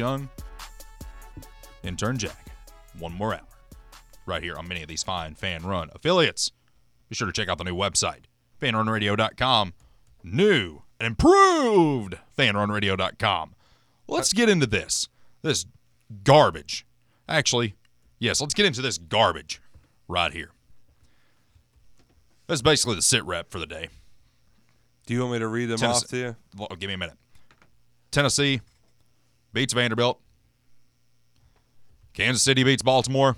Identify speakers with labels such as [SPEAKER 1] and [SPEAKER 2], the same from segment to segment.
[SPEAKER 1] Young. Intern Jack. One more hour. Right here on many of these fine fan run affiliates. Be sure to check out the new website, fanrunradio.com. New and improved fanrunradio.com. Let's get into this. This garbage. Actually, yes, let's get into this garbage right here. That's basically the sit rep for the day.
[SPEAKER 2] Do you want me to read them
[SPEAKER 1] Tennessee-
[SPEAKER 2] off to you?
[SPEAKER 1] Well, give me a minute. Tennessee beats Vanderbilt. Kansas City beats Baltimore.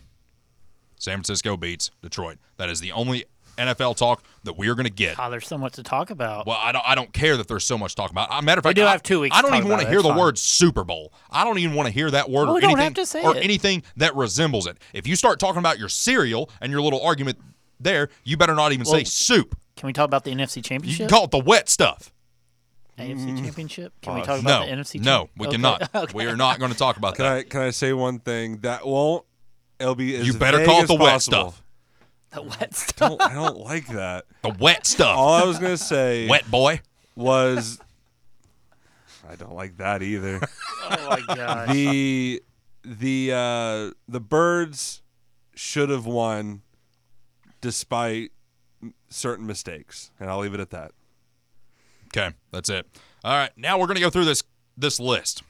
[SPEAKER 1] San Francisco beats Detroit. That is the only NFL talk that we are going to get.
[SPEAKER 3] Ah, there's so much to talk about.
[SPEAKER 1] Well, I don't. I don't care that there's so much talk about. Uh, matter of fact,
[SPEAKER 3] do
[SPEAKER 1] I,
[SPEAKER 3] have two weeks
[SPEAKER 1] I
[SPEAKER 3] to
[SPEAKER 1] don't
[SPEAKER 3] talk
[SPEAKER 1] even
[SPEAKER 3] about
[SPEAKER 1] want to
[SPEAKER 3] it.
[SPEAKER 1] hear
[SPEAKER 3] It's
[SPEAKER 1] the
[SPEAKER 3] fine.
[SPEAKER 1] word Super Bowl. I don't even want to hear that word
[SPEAKER 3] Well,
[SPEAKER 1] or
[SPEAKER 3] we don't
[SPEAKER 1] anything
[SPEAKER 3] have to say
[SPEAKER 1] or
[SPEAKER 3] it.
[SPEAKER 1] anything that resembles it. If you start talking about your cereal and your little argument there, you better not even say
[SPEAKER 3] Well,
[SPEAKER 1] soup.
[SPEAKER 3] Can we talk about the NFC
[SPEAKER 1] You can
[SPEAKER 3] Championship?
[SPEAKER 1] call it the wet stuff.
[SPEAKER 3] NFC Championship? Can we
[SPEAKER 2] Pause.
[SPEAKER 3] talk
[SPEAKER 1] no,
[SPEAKER 3] about the NFC Championship?
[SPEAKER 1] no, we cannot. We are not going to talk about
[SPEAKER 2] Can
[SPEAKER 1] that.
[SPEAKER 2] I can I say one thing that won't? It'll be as
[SPEAKER 1] You better
[SPEAKER 2] vague
[SPEAKER 1] call it
[SPEAKER 2] as
[SPEAKER 1] the wet
[SPEAKER 2] possible.
[SPEAKER 1] stuff.
[SPEAKER 3] The wet
[SPEAKER 2] I
[SPEAKER 3] stuff.
[SPEAKER 2] don't, I don't like that.
[SPEAKER 1] The wet stuff.
[SPEAKER 2] All I was gonna say
[SPEAKER 1] wet boy.
[SPEAKER 2] was I don't like that either.
[SPEAKER 3] Oh, my God.
[SPEAKER 2] the the uh, the birds should have won despite certain mistakes, and I'll leave it at that.
[SPEAKER 1] Okay, that's it. All right, now we're going to go through this this list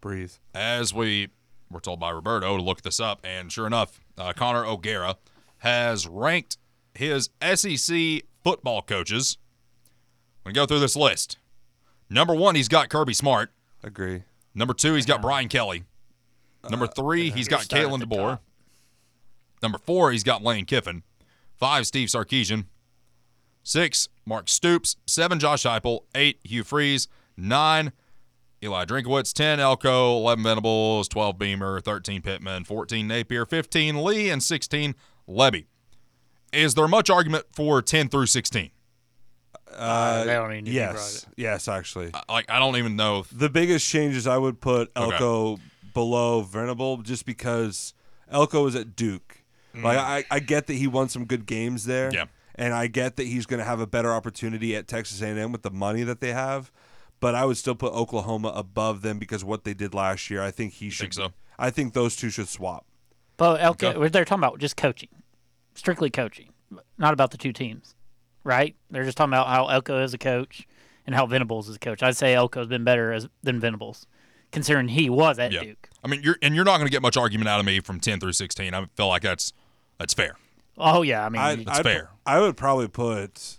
[SPEAKER 2] Breathe.
[SPEAKER 1] as we were told by Roberto to look this up, and sure enough, uh, Connor O'Gara has ranked his SEC football coaches. We're going to go through this list. Number one, he's got Kirby Smart.
[SPEAKER 2] Agree.
[SPEAKER 1] Number two, he's got Brian Kelly. Number
[SPEAKER 3] Uh,
[SPEAKER 1] three, he's got
[SPEAKER 3] Start at
[SPEAKER 1] Kalen
[SPEAKER 3] the
[SPEAKER 1] DeBoer.
[SPEAKER 3] top.
[SPEAKER 1] Number four, he's got Lane Kiffin. Five, Steve Sarkeesian. Six, Mark Stoops. Seven, Josh Heupel. Eight, Hugh Freeze. Nine, Eli Drinkowitz. Ten, Elko. Eleven, Venables. Twelve, Beamer. Thirteen, Pittman. Fourteen, Napier. Fifteen, Lee. And sixteen, Levy. Is there much argument for ten through sixteen?
[SPEAKER 3] I don't even need to be
[SPEAKER 2] Yes. Yes, actually.
[SPEAKER 1] Like I don't even know. If,
[SPEAKER 2] the biggest changes I would put Elko below Venable just because Elko was at Duke. Like I, I get that he won some good games there.
[SPEAKER 1] Mm. Yeah.
[SPEAKER 2] And I get that he's going to have a better opportunity at Texas A&M with the money that they have, but I would still put Oklahoma above them because what they did last year. I think he should.
[SPEAKER 1] think so?
[SPEAKER 2] I think those two should swap.
[SPEAKER 3] But Elko,
[SPEAKER 1] Okay.
[SPEAKER 3] they're talking about just coaching, strictly coaching, not about the two teams, right? They're just talking about how Elko is a coach and how Venables is a coach. I'd say Elko's been better as, than Venables, considering he was at
[SPEAKER 1] yeah.
[SPEAKER 3] Duke.
[SPEAKER 1] I mean, you're and you're not going to get much argument out of me from ten through sixteen. I feel like that's that's fair.
[SPEAKER 3] Oh yeah, I mean,
[SPEAKER 2] I,
[SPEAKER 3] you-
[SPEAKER 2] I'd pu-
[SPEAKER 1] fair.
[SPEAKER 2] I would probably put,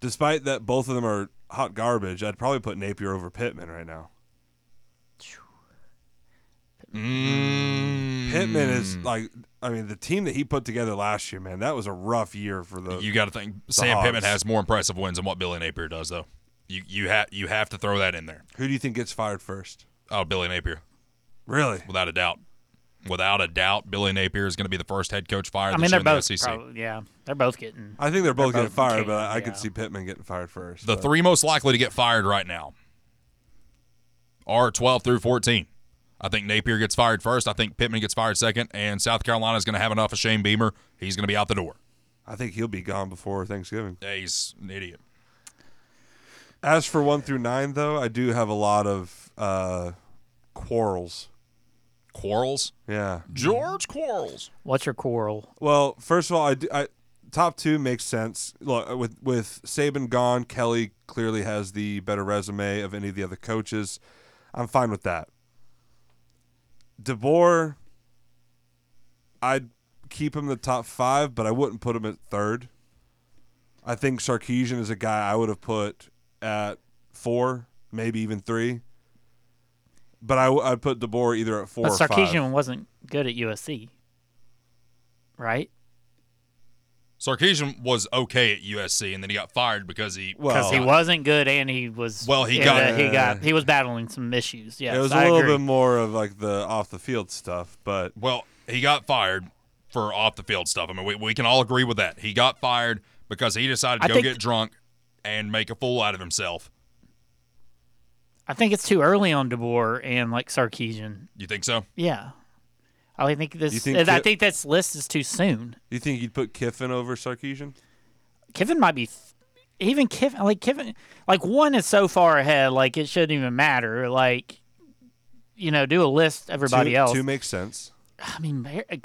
[SPEAKER 2] despite that both of them are hot garbage, I'd probably put Napier over Pittman right now. Pittman is like, I mean, the team that he put together last year, man, that was a rough year for the.
[SPEAKER 1] You got to think Sam
[SPEAKER 2] Hogs.
[SPEAKER 1] Pittman has more impressive wins than what Billy Napier does, though. You you have you have to throw that in there.
[SPEAKER 2] who do you think gets fired first?
[SPEAKER 1] Oh, Billy Napier,
[SPEAKER 2] Really?
[SPEAKER 1] without a doubt, without a doubt, Billy Napier is going to be the first head coach fired.
[SPEAKER 3] I
[SPEAKER 1] this
[SPEAKER 3] mean,
[SPEAKER 1] year
[SPEAKER 3] they're
[SPEAKER 1] in the E
[SPEAKER 3] both.
[SPEAKER 1] SEC.
[SPEAKER 3] probably- yeah, they're both getting.
[SPEAKER 2] I think they're both
[SPEAKER 3] They're
[SPEAKER 2] getting
[SPEAKER 3] both
[SPEAKER 2] fired, but
[SPEAKER 3] can't,
[SPEAKER 2] I
[SPEAKER 3] yeah.
[SPEAKER 2] could see Pittman getting fired first.
[SPEAKER 1] The
[SPEAKER 2] but-
[SPEAKER 1] three most likely to get fired right now are 12 through 14. I think Napier gets fired first. I think Pittman gets fired second, and South Carolina is going to have enough of Shane Beamer. He's going to be out the door.
[SPEAKER 2] I think he'll be gone before Thanksgiving.
[SPEAKER 1] Yeah, he's an idiot.
[SPEAKER 2] As for one through nine, though, I do have a lot of uh, quarrels.
[SPEAKER 1] Quarles,
[SPEAKER 2] Yeah.
[SPEAKER 1] George Quarles.
[SPEAKER 3] What's your quarrel?
[SPEAKER 2] Well, first of all, I, do, I top two makes sense. Look, uh, with with Saban gone, Kelly clearly has the better resume of any of the other coaches. I'm fine with that. DeBoer, I'd keep him in the top five, but I wouldn't put him at third. I think Sarkeesian is a guy I would have put at four, maybe even three. But I, w- I'd put DeBoer either at four
[SPEAKER 3] But
[SPEAKER 2] or five.
[SPEAKER 3] Sarkeesian wasn't good at USC, right?
[SPEAKER 1] Sarkeesian was okay at USC, and then he got fired because he
[SPEAKER 3] Because
[SPEAKER 2] Well,
[SPEAKER 3] he wasn't good, and he was.
[SPEAKER 1] Well, he
[SPEAKER 3] and,
[SPEAKER 1] got-
[SPEAKER 3] uh, he got he was battling some issues. Yeah,
[SPEAKER 2] it was a
[SPEAKER 3] a
[SPEAKER 2] little
[SPEAKER 3] agree.
[SPEAKER 2] bit more of like the off the field stuff, but
[SPEAKER 1] Well, he got fired for off the field stuff. I mean, we, we can all agree with that. He got fired because he decided to
[SPEAKER 3] I
[SPEAKER 1] go
[SPEAKER 3] think-
[SPEAKER 1] get drunk and make a fool out of himself.
[SPEAKER 3] I think it's too early on DeBoer and like Sarkeesian.
[SPEAKER 1] You think so?
[SPEAKER 3] Yeah, I think
[SPEAKER 2] You
[SPEAKER 3] this.
[SPEAKER 2] think
[SPEAKER 3] I
[SPEAKER 2] Ki-
[SPEAKER 3] think this list is too soon.
[SPEAKER 2] you think you'd put Kiffin over Sarkeesian?
[SPEAKER 3] Kiffin might be. th- even Kevin, like Kevin, like one is so far ahead, like it shouldn't even matter. Like, you know, do a list everybody
[SPEAKER 2] two,
[SPEAKER 3] else.
[SPEAKER 2] Two makes sense.
[SPEAKER 3] I mean, Mar- has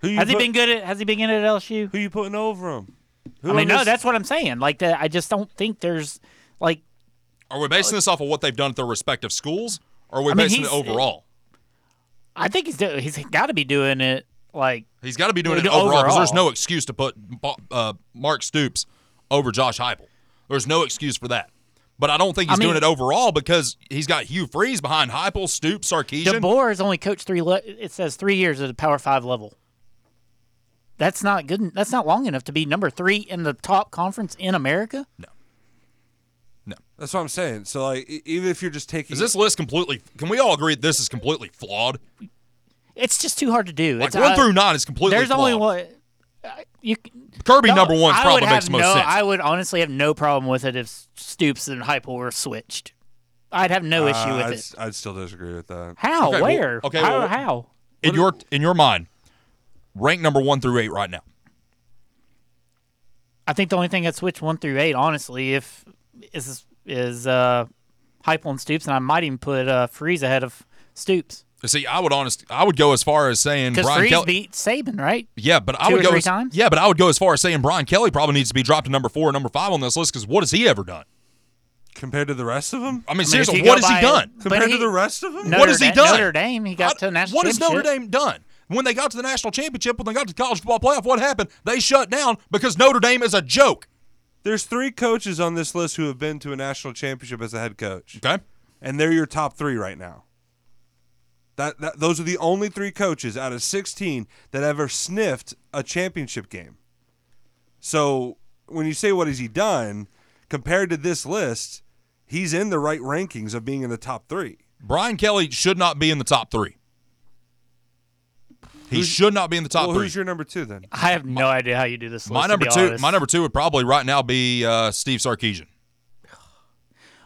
[SPEAKER 2] Who you
[SPEAKER 3] he
[SPEAKER 2] put-
[SPEAKER 3] been good at? Has he been good at LSU?
[SPEAKER 2] Who you putting over him? Who
[SPEAKER 3] I mean,
[SPEAKER 2] on
[SPEAKER 3] no,
[SPEAKER 2] this-
[SPEAKER 3] that's what I'm saying. Like, that, I just don't think there's like
[SPEAKER 1] Are we basing this off of what they've done at their respective schools? Or are we
[SPEAKER 3] I mean,
[SPEAKER 1] basing it
[SPEAKER 3] he's-
[SPEAKER 1] overall?
[SPEAKER 3] I think he's do- he's got to be doing it like
[SPEAKER 1] He's got to be doing it
[SPEAKER 3] Dude,
[SPEAKER 1] overall because there's
[SPEAKER 3] overall.
[SPEAKER 1] no excuse to put Bo- uh, Mark Stoops over Josh Heupel. There's no excuse for that. But I don't think he's
[SPEAKER 3] I mean-
[SPEAKER 1] doing it overall because he's got Hugh Freeze behind Heupel, Stoops, Sarkeesian.
[SPEAKER 3] DeBoer has only coached three. Le- it says three years at a Power Five level. That's not good. en- That's not long enough to be number three in the top conference in America.
[SPEAKER 2] That's what I'm saying. So like, e- even if you're just taking,
[SPEAKER 1] is this list completely? Can we all agree that this is completely flawed?
[SPEAKER 3] It's just too hard to do.
[SPEAKER 1] Like
[SPEAKER 3] It's,
[SPEAKER 1] one
[SPEAKER 3] uh,
[SPEAKER 1] through nine is completely
[SPEAKER 3] There's
[SPEAKER 1] flawed.
[SPEAKER 3] only one. I- You can-
[SPEAKER 1] Kirby number
[SPEAKER 3] No,
[SPEAKER 1] one
[SPEAKER 3] I
[SPEAKER 1] probably
[SPEAKER 3] would
[SPEAKER 1] makes
[SPEAKER 3] have
[SPEAKER 1] the most
[SPEAKER 3] no-
[SPEAKER 1] sense.
[SPEAKER 3] I would honestly have no problem with it if Stoops and Hypo were switched. I'd have no
[SPEAKER 2] uh,
[SPEAKER 3] issue with
[SPEAKER 2] I'd,
[SPEAKER 3] it.
[SPEAKER 2] I'd still disagree with that.
[SPEAKER 3] How?
[SPEAKER 1] Okay, well-
[SPEAKER 3] Where?
[SPEAKER 1] okay,
[SPEAKER 3] How?
[SPEAKER 1] well-
[SPEAKER 3] how?
[SPEAKER 1] in your in your mind, rank number one through eight right now.
[SPEAKER 3] I think the only thing I'd switch one through eight, honestly, if is is uh, Hypo and Stoops, and I might even put uh, Freeze ahead of Stoops
[SPEAKER 1] See, I would honest, I would go as far as saying
[SPEAKER 3] because
[SPEAKER 1] Brian
[SPEAKER 3] Freeze
[SPEAKER 1] Kelly.
[SPEAKER 3] beat Saban, right?
[SPEAKER 1] yeah, but I
[SPEAKER 3] two
[SPEAKER 1] would
[SPEAKER 3] or
[SPEAKER 1] go
[SPEAKER 3] three
[SPEAKER 1] as,
[SPEAKER 3] times?
[SPEAKER 1] yeah, but I would go as far as saying Brian Kelly probably needs to be dropped to number four or number five on this list because what has he ever done?
[SPEAKER 2] Compared to the rest of them,
[SPEAKER 1] I mean,
[SPEAKER 3] if
[SPEAKER 1] seriously,
[SPEAKER 3] you
[SPEAKER 1] what
[SPEAKER 3] go
[SPEAKER 1] has he
[SPEAKER 3] by-
[SPEAKER 1] done?
[SPEAKER 3] But
[SPEAKER 2] compared to
[SPEAKER 3] he-
[SPEAKER 2] the rest of them,
[SPEAKER 3] Notre
[SPEAKER 1] What has he
[SPEAKER 3] Dame,
[SPEAKER 1] done?
[SPEAKER 3] Notre Dame, he got
[SPEAKER 1] I-
[SPEAKER 3] to a national
[SPEAKER 1] What has Notre
[SPEAKER 3] championship.
[SPEAKER 1] Dame done? When they got to the national championship, when they got to the college football playoff, what happened? They shut down because Notre Dame is a joke.
[SPEAKER 2] there's three coaches on this list who have been to a national championship as a head coach,
[SPEAKER 1] Okay.
[SPEAKER 2] and they're your top three right now. That, that those are the only three coaches out of 16 that ever sniffed a championship game. So when you say what has he done compared to this list, he's in the right rankings of being in the top three.
[SPEAKER 1] Brian Kelly should not be in the top three. He should not be in the top
[SPEAKER 2] well,
[SPEAKER 1] three.
[SPEAKER 2] who's your number two then?
[SPEAKER 3] I have no idea how you do this. List,
[SPEAKER 1] my
[SPEAKER 3] to
[SPEAKER 1] number
[SPEAKER 3] be
[SPEAKER 1] two,
[SPEAKER 3] honest.
[SPEAKER 1] my number two would probably right now be uh, Steve Sarkeesian.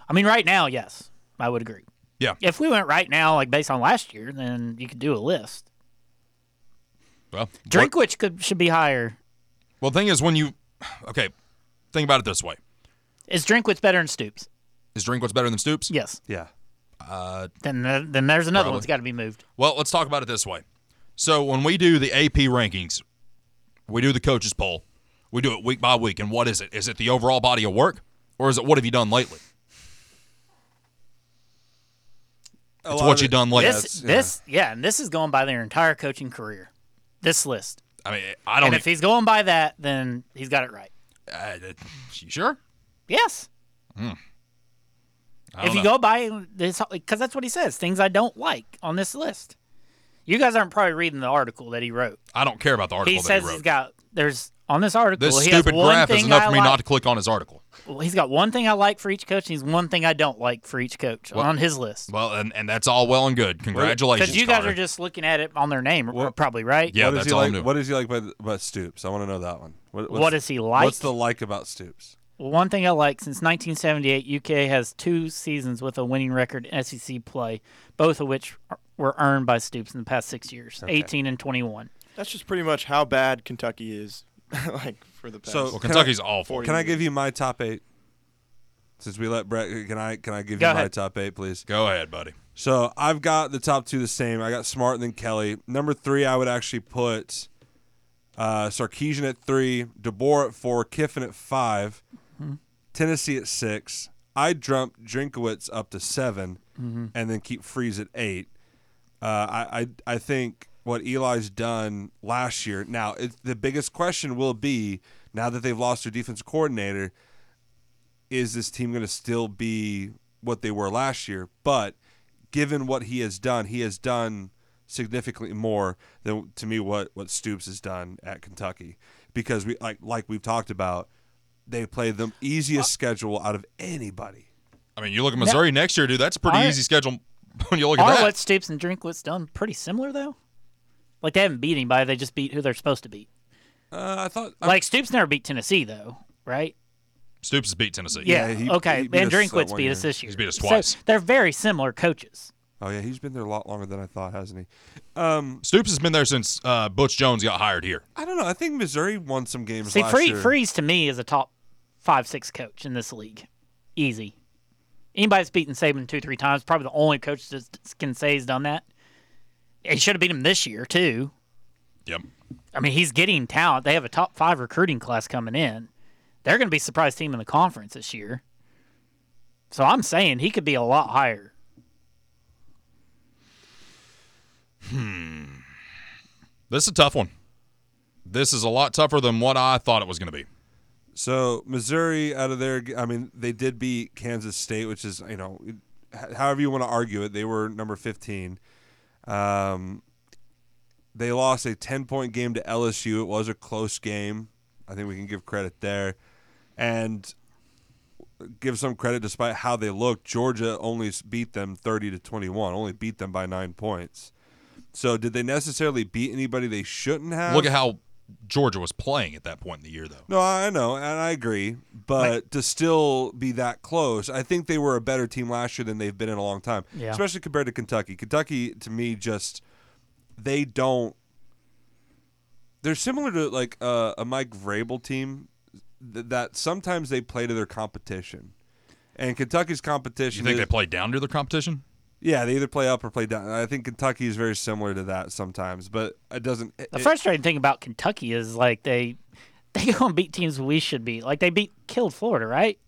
[SPEAKER 3] I mean, right now, yes, I would agree.
[SPEAKER 1] Yeah.
[SPEAKER 3] If we went right now, like based on last year, then you could do a list.
[SPEAKER 1] Well,
[SPEAKER 3] Drinkwich could should be higher.
[SPEAKER 1] Well, the thing is, when you okay, think about it this way:
[SPEAKER 3] Is Drinkwich better than Stoops?
[SPEAKER 1] is Drinkwitz better than Stoops?
[SPEAKER 3] Yes.
[SPEAKER 2] Yeah.
[SPEAKER 3] Then th- then there's another
[SPEAKER 1] Probably.
[SPEAKER 3] one that's got to be moved.
[SPEAKER 1] Well, let's talk about it this way. So when we do the AP rankings, we do the coaches poll. We do it week by week, and what is it? Is it the overall body of work, or is it what have you done lately?
[SPEAKER 2] A
[SPEAKER 1] It's
[SPEAKER 2] lot
[SPEAKER 1] what
[SPEAKER 2] of
[SPEAKER 1] you
[SPEAKER 2] it-
[SPEAKER 1] done lately.
[SPEAKER 3] this this yeah, and this is going by their entire coaching career. This list,
[SPEAKER 1] I mean, I don't.
[SPEAKER 3] and if he's going by that, then he's got it right.
[SPEAKER 1] e- uh, you sure?
[SPEAKER 3] Yes.
[SPEAKER 1] Hmm. I
[SPEAKER 3] If
[SPEAKER 1] don't
[SPEAKER 3] you
[SPEAKER 1] know.
[SPEAKER 3] go by this, because that's what he says. Things I don't like on this list. You guys aren't probably reading the article that he wrote.
[SPEAKER 1] I don't care about the article
[SPEAKER 3] he
[SPEAKER 1] that
[SPEAKER 3] says
[SPEAKER 1] he
[SPEAKER 3] he
[SPEAKER 1] wrote.
[SPEAKER 3] has got there's on this article.
[SPEAKER 1] this
[SPEAKER 3] he has
[SPEAKER 1] stupid
[SPEAKER 3] one
[SPEAKER 1] graph is
[SPEAKER 3] thing
[SPEAKER 1] enough
[SPEAKER 3] I
[SPEAKER 1] for me
[SPEAKER 3] like-
[SPEAKER 1] not to click on his article.
[SPEAKER 3] Well, he's got one thing I like for each coach, and he's one thing I don't like for each coach on his list.
[SPEAKER 1] Well, and, and that's all well and good. Congratulations,
[SPEAKER 3] Because you guys
[SPEAKER 1] Connor.
[SPEAKER 3] are just looking at it on their name, probably right.
[SPEAKER 1] Yeah,
[SPEAKER 2] what is
[SPEAKER 1] that's
[SPEAKER 2] he
[SPEAKER 1] all I'm
[SPEAKER 2] like?
[SPEAKER 1] doing.
[SPEAKER 2] What is he like by, by Stoops? I want to know that one. What,
[SPEAKER 3] What is he like?
[SPEAKER 2] What's the like about Stoops?
[SPEAKER 3] Well, one thing I like since 1978, UK has two seasons with a winning record in SEC play, both of which are- were earned by Stoops in the past six years, 18 and 21.
[SPEAKER 4] That's just pretty much how bad Kentucky is, like for the past.
[SPEAKER 2] So-
[SPEAKER 1] Well,
[SPEAKER 2] Can I-
[SPEAKER 1] Kentucky's awful.
[SPEAKER 4] Forty.
[SPEAKER 2] Can I give you my top eight? Since we let Brett, can I can I give
[SPEAKER 3] Go
[SPEAKER 2] you my
[SPEAKER 3] ahead.
[SPEAKER 2] top eight, please?
[SPEAKER 1] Go ahead, buddy.
[SPEAKER 2] So I've got the top two the same. I got Smart and then Kelly. Number three, I would actually put uh, Sarkeesian at three, DeBoer at four, Kiffin at 5 Tennessee at six. I jump Drinkowitz up to 7 and then keep Freeze at eight. Uh, I, I I think what Eli's done last year. Now it, the biggest question will be now that they've lost their defensive coordinator, is this team going to still be what they were last year? But given what he has done, he has done significantly more than to me what what Stoops has done at Kentucky because we like like we've talked about they played the easiest schedule out of anybody.
[SPEAKER 1] I mean, you look at Missouri next year, dude. That's a pretty
[SPEAKER 3] Our-
[SPEAKER 1] easy schedule when you look at
[SPEAKER 3] Are
[SPEAKER 1] that.
[SPEAKER 3] what Stoops and Drinkwitz done pretty similar, though? Like, they haven't beat anybody. They just beat who they're supposed to beat.
[SPEAKER 2] Uh, I thought I-
[SPEAKER 3] Like, Stoops never beat Tennessee, though, right?
[SPEAKER 1] Stoops has beat Tennessee.
[SPEAKER 3] Yeah.
[SPEAKER 2] Yeah, he-
[SPEAKER 3] okay.
[SPEAKER 2] he beat us
[SPEAKER 3] and
[SPEAKER 2] that
[SPEAKER 3] Drinkwitz
[SPEAKER 2] one
[SPEAKER 3] beat
[SPEAKER 2] year.
[SPEAKER 3] us this year.
[SPEAKER 1] He's beat us
[SPEAKER 3] So
[SPEAKER 1] twice.
[SPEAKER 3] they're very similar coaches.
[SPEAKER 2] oh yeah, he's been there a lot longer than I thought, hasn't he?
[SPEAKER 1] Stoops has been there since uh, Butch Jones got hired here.
[SPEAKER 2] I don't know. I think Missouri won some games
[SPEAKER 3] See,
[SPEAKER 2] last
[SPEAKER 3] Free,
[SPEAKER 2] year.
[SPEAKER 3] Freeze to me is a top five six coach in this league, easy. Anybody that's beaten Saban two three times, probably the only coach that can say he's done that. He should have beat him this year too.
[SPEAKER 1] Yep.
[SPEAKER 3] I mean, he's getting talent. They have a top five recruiting class coming in. They're going to be a surprise team in the conference this year. So I'm saying he could be a lot higher.
[SPEAKER 1] This is a tough one. This is a lot tougher than what I thought it was going to be.
[SPEAKER 2] So Missouri out of there, I mean, they did beat Kansas State, which is you know, h- however you want to argue it, they were number fifteen. Um, they lost a ten point game to LSU. It was a close game. I think we can give credit there, and give some credit despite how they looked. Georgia only s- beat them thirty to twenty one. Only beat them by nine points. So did they necessarily beat anybody they shouldn't have?
[SPEAKER 1] Look at how Georgia was playing at that point in the year, though.
[SPEAKER 2] No, I know, and I agree. But to still be that close, I think they were a better team last year than they've been in a long time,
[SPEAKER 3] Yeah.
[SPEAKER 2] especially compared to Kentucky. Kentucky, to me, just they don't. They're similar to like uh, a Mike Vrabel team th- that sometimes they play to their competition, and Kentucky's
[SPEAKER 1] You
[SPEAKER 2] competition.
[SPEAKER 1] think
[SPEAKER 2] is,
[SPEAKER 1] they played down to their competition?
[SPEAKER 2] yeah, they either play up or play down. I think Kentucky is very similar to that sometimes, but it doesn't.
[SPEAKER 3] The
[SPEAKER 2] it-
[SPEAKER 3] frustrating thing about Kentucky is like they they go and beat teams we should beat. Like they beat killed Florida, right?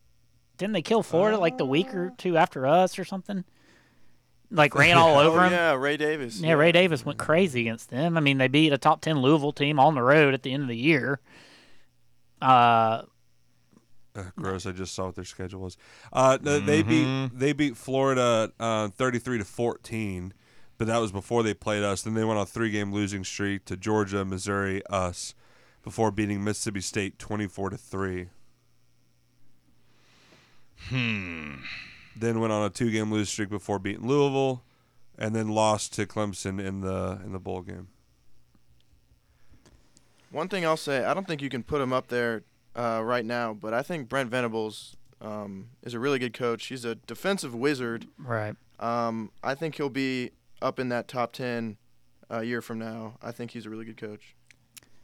[SPEAKER 3] Didn't they kill Florida like the week or two after us or something? Like ran all over
[SPEAKER 4] Oh,
[SPEAKER 3] them.
[SPEAKER 4] yeah, Ray Davis.
[SPEAKER 3] Yeah, Ray Davis went crazy against them. I mean, they beat a top ten Louisville team on the road at the end of the year. Uh,
[SPEAKER 2] Ugh, gross. I just saw what their schedule was. Uh, no, They beat
[SPEAKER 3] Mm-hmm.
[SPEAKER 2] they beat Florida uh, thirty three to fourteen, but that was before they played us. Then they went on a three game losing streak to Georgia, Missouri, us, before beating Mississippi State twenty four to three. Hmm. Then went on a two game losing streak before beating Louisville, and then lost to Clemson in the in the bowl game.
[SPEAKER 4] One thing I'll say, I don't think you can put him up there uh, right now, but I think Brent Venables um, is a really good coach. He's a defensive wizard.
[SPEAKER 3] right.
[SPEAKER 4] Um, I think he'll be up in that top ten a year from now. I think he's a really good coach.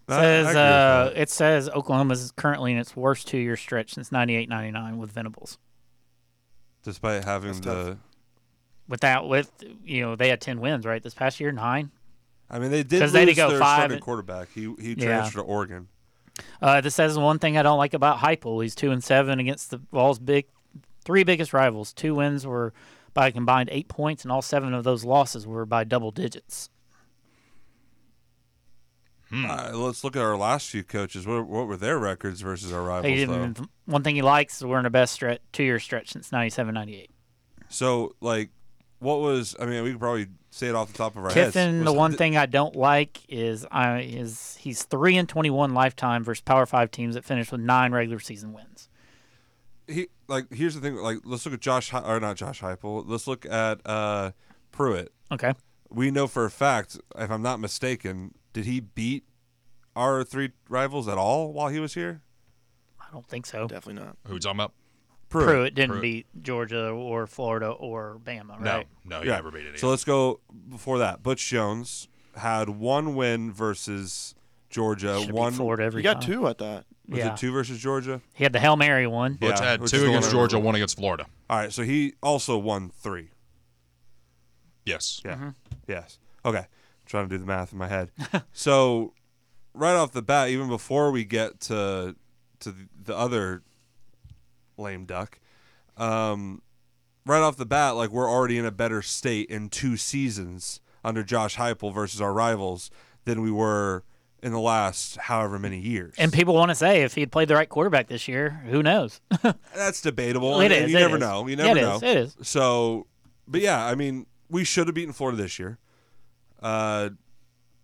[SPEAKER 2] I- I agree
[SPEAKER 3] says
[SPEAKER 2] with
[SPEAKER 3] uh,
[SPEAKER 2] that.
[SPEAKER 3] it says Oklahoma's is currently in its worst two year stretch since 98-99 with Venables.
[SPEAKER 2] despite having
[SPEAKER 4] That's
[SPEAKER 2] the.
[SPEAKER 4] tough.
[SPEAKER 3] Without with you know they had ten wins right this past year nine.
[SPEAKER 2] I mean, they did
[SPEAKER 3] 'Cause
[SPEAKER 2] lose
[SPEAKER 3] they had to go
[SPEAKER 2] their
[SPEAKER 3] five
[SPEAKER 2] starting
[SPEAKER 3] and-
[SPEAKER 2] quarterback. He he
[SPEAKER 3] Yeah.
[SPEAKER 2] transferred to Oregon.
[SPEAKER 3] Uh, this says one thing I don't like about Heupel. He's two and seven against the Vols' big three biggest rivals. Two wins were by a combined eight points, and all seven of those losses were by double digits.
[SPEAKER 2] Uh, let's look at our last few coaches. What, what were their records versus our
[SPEAKER 3] He
[SPEAKER 2] rivals?
[SPEAKER 3] didn't
[SPEAKER 2] Though?
[SPEAKER 3] even- one thing he likes is we're in the best stretch, two year stretch since 97 98.
[SPEAKER 2] So, like, what was? I mean, we could probably say it off the top of our heads.
[SPEAKER 3] Kiffin, the
[SPEAKER 2] Was-
[SPEAKER 3] one
[SPEAKER 2] th-
[SPEAKER 3] thing I don't like is I is he's three and twenty one lifetime versus Power Five teams that finished with nine regular season wins.
[SPEAKER 2] he like. Here's the thing. Like, let's look at Josh Hei- or not Josh Heupel. Let's look at uh, Pruitt.
[SPEAKER 3] Okay,
[SPEAKER 2] We know for a fact, if I'm not mistaken, did he beat our three rivals at all while he was here?
[SPEAKER 3] I don't think so.
[SPEAKER 4] Definitely not.
[SPEAKER 1] Who you talking about?
[SPEAKER 2] Pruitt.
[SPEAKER 3] Pruitt didn't
[SPEAKER 1] Pruitt.
[SPEAKER 3] beat Georgia or Florida or Bama, right?
[SPEAKER 1] No, no, you
[SPEAKER 2] Yeah.
[SPEAKER 1] never beat it.
[SPEAKER 2] So let's go before that. Butch Jones had one win versus Georgia.
[SPEAKER 3] Should
[SPEAKER 2] one
[SPEAKER 3] beat Florida every
[SPEAKER 4] You got
[SPEAKER 3] time.
[SPEAKER 4] two, I thought.
[SPEAKER 2] was
[SPEAKER 3] yeah.
[SPEAKER 2] it two versus Georgia?
[SPEAKER 3] He had the Hail Mary one.
[SPEAKER 1] Butch
[SPEAKER 2] yeah,
[SPEAKER 1] had
[SPEAKER 2] which is
[SPEAKER 1] two
[SPEAKER 2] the
[SPEAKER 1] against
[SPEAKER 2] one I
[SPEAKER 1] Georgia,
[SPEAKER 2] remember.
[SPEAKER 1] one against Florida.
[SPEAKER 2] All right, so he also won three.
[SPEAKER 1] Yes.
[SPEAKER 2] Yeah. Yes. Okay. trying to do the math in my head. so, right off the bat, even before we get to to the other lame duck, um, right off the bat, like we're already in a better state in two seasons under Josh Heupel versus our rivals than we were in the last however many years.
[SPEAKER 3] And people want to say if he had played the right quarterback this year, who knows? Oh,
[SPEAKER 2] That's debatable.
[SPEAKER 3] It
[SPEAKER 2] and- and
[SPEAKER 3] is,
[SPEAKER 2] You
[SPEAKER 3] it
[SPEAKER 2] never
[SPEAKER 3] is.
[SPEAKER 2] know. You
[SPEAKER 3] It
[SPEAKER 2] never
[SPEAKER 3] is,
[SPEAKER 2] know.
[SPEAKER 3] it is.
[SPEAKER 2] So, but yeah, I mean, we should have beaten Florida this year. Uh,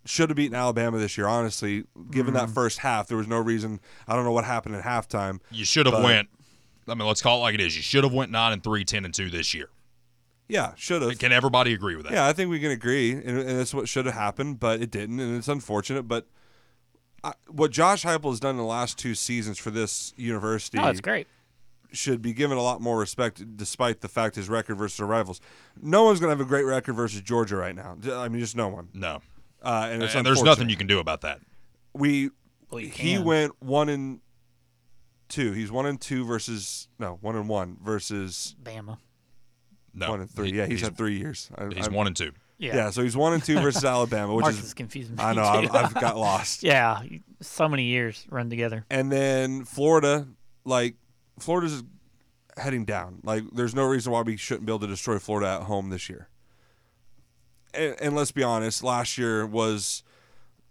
[SPEAKER 2] should have beaten Alabama this year. Honestly, given
[SPEAKER 3] Mm.
[SPEAKER 2] that first half, there was no reason. I don't know what happened at halftime.
[SPEAKER 1] You should have
[SPEAKER 2] But-
[SPEAKER 1] went. I mean, let's call it like it is. You should have went nine and three, 10 and two this year.
[SPEAKER 2] Yeah, should have.
[SPEAKER 1] Can everybody agree with that?
[SPEAKER 2] Yeah, I think we can agree, and, and that's what should have happened, but it didn't, and it's unfortunate. But I, what Josh Heupel has done in the last two seasons for this university,
[SPEAKER 3] Oh, it's great.
[SPEAKER 2] should be given a lot more respect, despite the fact his record versus our rivals. No one's going to have a great record versus Georgia right now. D- I mean, just no one.
[SPEAKER 1] No.
[SPEAKER 2] Uh, and it's
[SPEAKER 1] And there's
[SPEAKER 2] unfortunate.
[SPEAKER 1] nothing you can do about that.
[SPEAKER 2] We
[SPEAKER 3] Well, you
[SPEAKER 2] he
[SPEAKER 3] can.
[SPEAKER 2] went one and two. He's one and two versus no one and one versus
[SPEAKER 3] Bama.
[SPEAKER 1] No,
[SPEAKER 2] one and three.
[SPEAKER 1] he-
[SPEAKER 2] yeah, he's, had three years. I,
[SPEAKER 1] He's
[SPEAKER 2] I'm-
[SPEAKER 1] one and two.
[SPEAKER 3] Yeah.
[SPEAKER 2] Yeah. so he's one and two versus Alabama, which
[SPEAKER 3] Marcus
[SPEAKER 2] is
[SPEAKER 3] is confusing me.
[SPEAKER 2] I know
[SPEAKER 3] too.
[SPEAKER 2] I've, I've got lost.
[SPEAKER 3] yeah. So many years run together.
[SPEAKER 2] And then Florida, like Florida's heading down. Like there's no reason why we shouldn't be able to destroy Florida at home this year. And, and let's be honest, last year was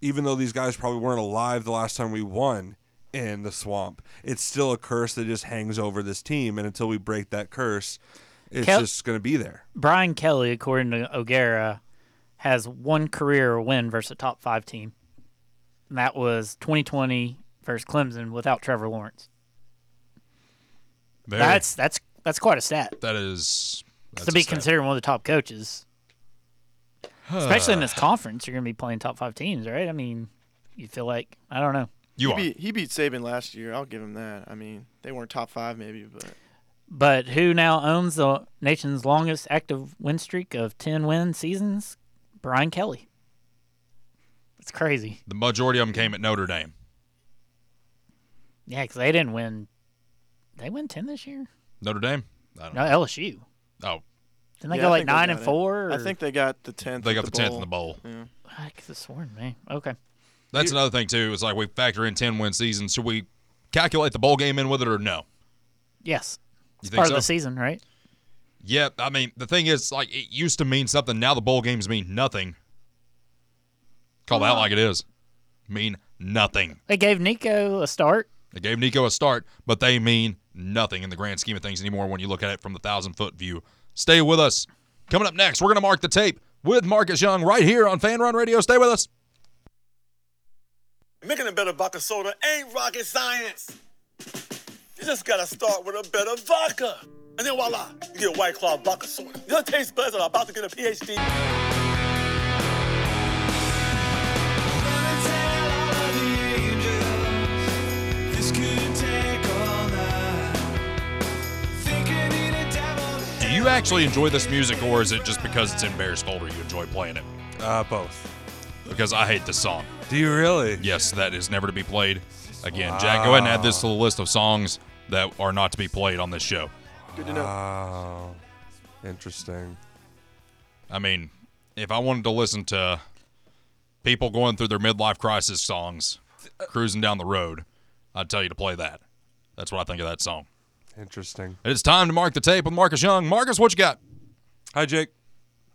[SPEAKER 2] even though these guys probably weren't alive the last time we won in the swamp, it's still a curse that just hangs over this team and until we break that curse, it's
[SPEAKER 3] Kel-
[SPEAKER 2] just going to be there.
[SPEAKER 3] Brian Kelly, according to O'Gara, has one career win versus a top five team. And that was 2020 versus Clemson without Trevor Lawrence.
[SPEAKER 1] Very-
[SPEAKER 3] That's that's that's quite a stat
[SPEAKER 1] that is that's
[SPEAKER 3] to be
[SPEAKER 1] a stat.
[SPEAKER 3] considered one of the top coaches, especially in this conference. You're going to be playing top five teams, right? I mean, you feel like I don't know,
[SPEAKER 1] You
[SPEAKER 4] He
[SPEAKER 1] are.
[SPEAKER 4] beat, he beat Saban last year. I'll give him that. I mean, they weren't top five maybe, but
[SPEAKER 3] but who now owns the nation's longest active win streak of ten win seasons? Brian Kelly. It's crazy.
[SPEAKER 1] The majority of them came at Notre Dame.
[SPEAKER 3] Yeah, because they didn't win. They win ten this year.
[SPEAKER 1] Notre Dame. I don't
[SPEAKER 3] No, LSU.
[SPEAKER 1] know.
[SPEAKER 3] Didn't they
[SPEAKER 4] Yeah,
[SPEAKER 3] go
[SPEAKER 4] I
[SPEAKER 3] like
[SPEAKER 4] think they
[SPEAKER 3] nine
[SPEAKER 4] got
[SPEAKER 3] and
[SPEAKER 4] it.
[SPEAKER 3] four?
[SPEAKER 4] I
[SPEAKER 3] or-
[SPEAKER 4] think they got the
[SPEAKER 1] Oh,
[SPEAKER 4] tenth.
[SPEAKER 1] they
[SPEAKER 4] at
[SPEAKER 1] got the tenth in
[SPEAKER 4] bowl.
[SPEAKER 1] the bowl.
[SPEAKER 4] Yeah.
[SPEAKER 3] I could have sworn, man. Okay.
[SPEAKER 1] That's another thing too. It's like we factor in ten win seasons. Should we calculate the bowl game in with it or no?
[SPEAKER 3] Yes.
[SPEAKER 1] You think
[SPEAKER 3] Part
[SPEAKER 1] so?
[SPEAKER 3] of the season, right?
[SPEAKER 1] Yeah, I mean the thing is, like it used to mean something. Now the bowl games mean nothing. Call that like it is. Mean nothing.
[SPEAKER 3] They gave Nico a start.
[SPEAKER 1] They gave Nico a start, but they mean nothing in the grand scheme of things anymore when you look at it from the thousand foot view. Stay with us. Coming up next, we're going to mark the tape with Marcus Young right here on Fan Run Radio. Stay with us.
[SPEAKER 5] Making a better vodka soda ain't rocket science. You just gotta start with a better vodka. And then voila, you get White Claw vodka soda. Your taste buds are about to get a PhD.
[SPEAKER 1] Do you actually enjoy this music, or is it just because it's in Bears folder you enjoy playing it?
[SPEAKER 2] Uh, both.
[SPEAKER 1] Because I hate this song.
[SPEAKER 2] Do you really?
[SPEAKER 1] Yes, that is never to be played. Again, Jack, go ahead and add this to the list of songs that are not to be played on this show.
[SPEAKER 4] Good to know.
[SPEAKER 2] Wow. Interesting.
[SPEAKER 1] I mean, if I wanted to listen to people going through their midlife crisis songs, cruising down the road, I'd tell you to play that. That's what I think of that song.
[SPEAKER 2] Interesting.
[SPEAKER 1] And It's time to mark the tape with Marcus Young. Marcus, what you got?
[SPEAKER 2] Hi, Jake.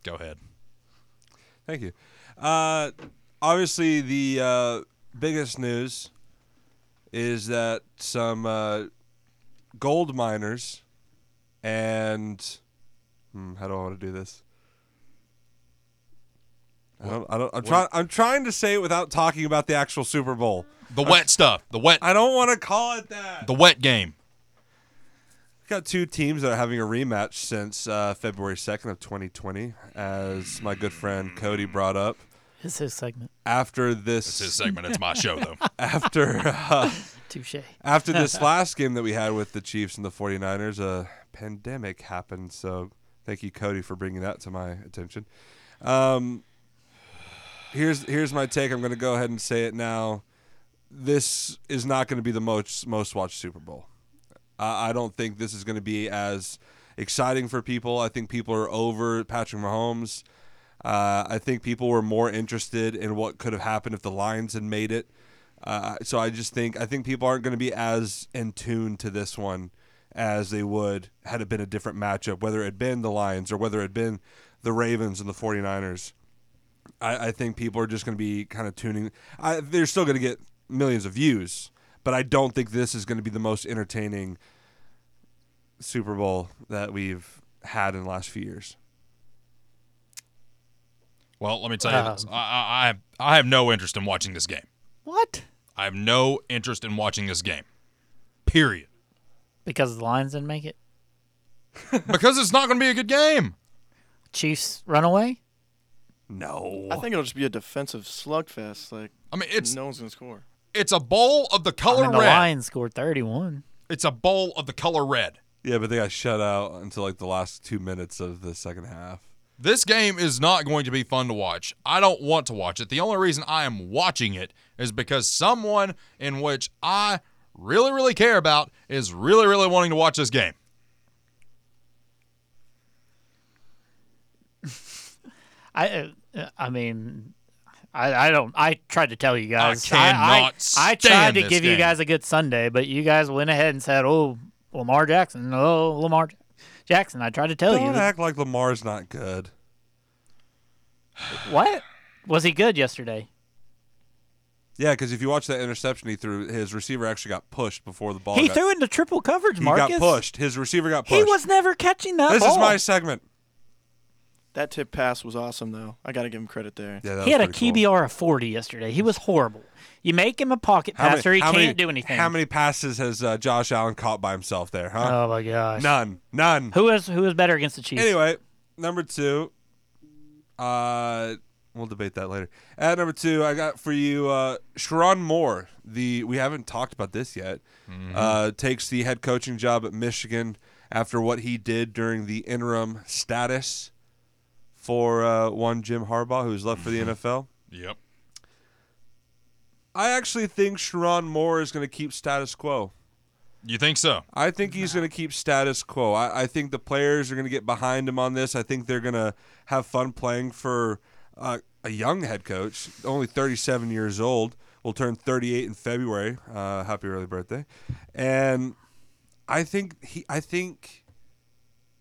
[SPEAKER 1] Go ahead.
[SPEAKER 2] Thank you. Uh, obviously, the uh, biggest news is that some uh, gold miners and hmm, how do I want to do this? I don't, I don't, I'm trying. I'm trying to say it without talking about the actual Super Bowl.
[SPEAKER 1] The wet stuff. The wet.
[SPEAKER 2] I don't want to call it that.
[SPEAKER 1] The wet game.
[SPEAKER 2] Got two teams that are having a rematch since uh, February 2nd of 2020, as my good friend Cody brought up.
[SPEAKER 3] It's his segment.
[SPEAKER 2] After
[SPEAKER 1] It's his
[SPEAKER 2] this,
[SPEAKER 1] segment. It's my show, though.
[SPEAKER 2] after uh,
[SPEAKER 3] Touche.
[SPEAKER 2] after this last game that we had with the Chiefs and the 49ers, a pandemic happened. So thank you, Cody, for bringing that to my attention. Um, here's here's my take. I'm going to go ahead and say it now. This is not going to be the most most watched Super Bowl. I, I don't think this is going to be as exciting for people. I think people are over Patrick Mahomes. Uh, I think people were more interested in what could have happened if the Lions had made it. Uh, so I just think I think people aren't going to be as in tune to this one as they would had it been a different matchup, whether it had been the Lions or whether it had been the Ravens and the 49ers. I, I think people are just going to be kind of tuning. I, they're still going to get millions of views, but I don't think this is going to be the most entertaining Super Bowl that we've had in the last few years.
[SPEAKER 1] Well, let me tell you
[SPEAKER 3] Um.
[SPEAKER 1] this. I, I, I I have no interest in watching this game.
[SPEAKER 3] What?
[SPEAKER 1] I have no interest in watching this game. Period.
[SPEAKER 3] Because the Lions didn't make it.
[SPEAKER 1] Because it's not going to be a good game.
[SPEAKER 3] Chiefs run away.
[SPEAKER 2] No,
[SPEAKER 4] I think it'll just be a defensive slugfest. Like
[SPEAKER 1] I mean, it's
[SPEAKER 4] no one's gonna score.
[SPEAKER 1] it's a bowl of the
[SPEAKER 3] I
[SPEAKER 1] color
[SPEAKER 3] mean, the
[SPEAKER 1] red.
[SPEAKER 3] Lions scored 31.
[SPEAKER 1] It's a bowl of the color red.
[SPEAKER 2] yeah, but they got shut out until like the last two minutes of the second half.
[SPEAKER 1] This game is not going to be fun to watch. I don't want to watch it. The only reason I am watching it is because someone in which I really, really care about is really, really wanting to watch this game.
[SPEAKER 3] I uh, I mean, I, I don't. I tried to tell you guys.
[SPEAKER 1] cannot
[SPEAKER 3] I, I tried
[SPEAKER 1] stand
[SPEAKER 3] to
[SPEAKER 1] this
[SPEAKER 3] give you
[SPEAKER 1] game.
[SPEAKER 3] guys a good Sunday, but you guys went ahead and said, "Oh, Lamar Jackson. Oh, Lamar J- Jackson." I tried to tell
[SPEAKER 2] Don't
[SPEAKER 3] you.
[SPEAKER 2] act like Lamar's not good.
[SPEAKER 3] What was he good yesterday?
[SPEAKER 2] Yeah, because if you watch that interception he threw, his receiver actually got pushed before the ball.
[SPEAKER 3] he
[SPEAKER 2] got,
[SPEAKER 3] threw into triple coverage.
[SPEAKER 2] He
[SPEAKER 3] Marcus
[SPEAKER 2] got pushed. His receiver got pushed.
[SPEAKER 3] He was never catching that
[SPEAKER 2] This
[SPEAKER 3] ball.
[SPEAKER 2] is my segment.
[SPEAKER 4] That tip pass was awesome, though. I got to give him credit there.
[SPEAKER 2] Yeah, that
[SPEAKER 3] he
[SPEAKER 2] was
[SPEAKER 3] had a
[SPEAKER 2] pretty
[SPEAKER 3] QBR of 40 yesterday. He was horrible. You make him a pocket
[SPEAKER 2] Cool. How many-
[SPEAKER 3] passer, he
[SPEAKER 2] how
[SPEAKER 3] can't
[SPEAKER 2] many-
[SPEAKER 3] do anything.
[SPEAKER 2] How many passes has uh, Josh Allen caught by himself there? Huh?
[SPEAKER 3] Oh my gosh.
[SPEAKER 2] None. None.
[SPEAKER 3] Who is who is better against the Chiefs?
[SPEAKER 2] Anyway, number two. Uh, we'll debate that later. At number two, I got for you, uh, Sharon Moore. The we haven't talked about this yet. Uh, takes the head coaching job at Michigan after what he did during the interim status for uh, one Jim Harbaugh, who's left for the NFL.
[SPEAKER 1] Yep.
[SPEAKER 2] I actually think Sharon Moore is going to keep status quo.
[SPEAKER 1] You think so?
[SPEAKER 2] I think he's going to keep status quo. I, I think the players are going to get behind him on this. I think they're going to have fun playing for uh, a young head coach, only 37 years old, will turn 38 in February. Uh, happy early birthday! And I think he, I think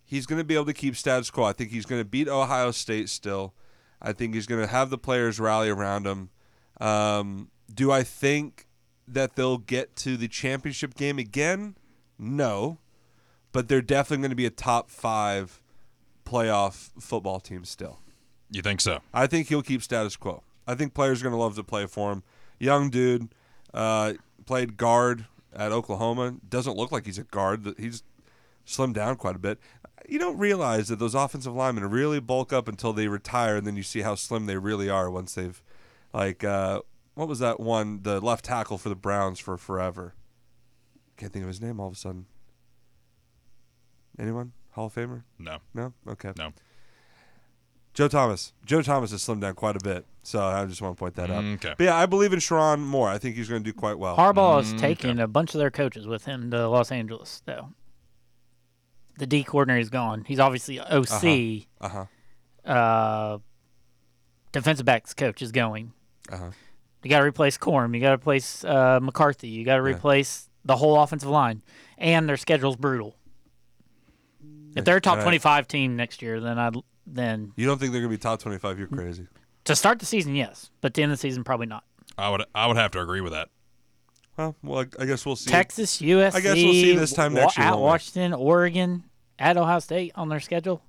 [SPEAKER 2] he's going to be able to keep status quo. I think he's going to beat Ohio State still. I think he's going to have the players rally around him. Um, do I think that they'll get to the championship game again? No, but they're definitely going to be a top five playoff football team still.
[SPEAKER 1] You think so?
[SPEAKER 2] I think he'll keep status quo. I think players are going to love to play for him. Young dude, uh, played guard at Oklahoma. Doesn't look like he's a guard. Th- He's slimmed down quite a bit. You don't realize that those offensive linemen really bulk up until they retire, and then you see how slim they really are once they've, like, uh, what was that one? The left tackle for the Browns for forever. Can't think of his name all of a sudden. Anyone? Hall of Famer?
[SPEAKER 1] No.
[SPEAKER 2] No? Okay.
[SPEAKER 1] No.
[SPEAKER 2] Joe Thomas. Joe Thomas has slimmed down quite a bit, so I just want to point that out.
[SPEAKER 1] Mm, Okay.
[SPEAKER 2] But yeah, I believe in Sharon Moore. I think he's going to do quite well.
[SPEAKER 3] Harbaugh is taking a bunch of their coaches with him to Los Angeles, though. The D coordinator is gone. He's obviously OC.
[SPEAKER 2] Uh huh.
[SPEAKER 3] uh, defensive backs coach is going.
[SPEAKER 2] Uh-huh.
[SPEAKER 3] You got to replace Corm. You got to replace uh, McCarthy. You got to replace the whole offensive line, and their schedule's brutal. If they're a top
[SPEAKER 2] Alright.
[SPEAKER 3] twenty-five team next year, then I would then
[SPEAKER 2] You don't think they're going to be top twenty-five? You're crazy.
[SPEAKER 3] to start the season, yes, but to end the season, probably not.
[SPEAKER 1] I would I would have to agree with that.
[SPEAKER 2] Well, well, I- I guess we'll see.
[SPEAKER 3] Texas, USC.
[SPEAKER 2] I guess we'll see this time
[SPEAKER 3] wa-
[SPEAKER 2] next year,
[SPEAKER 3] At
[SPEAKER 2] won't we?
[SPEAKER 3] Washington, Oregon, at Ohio State on their schedule.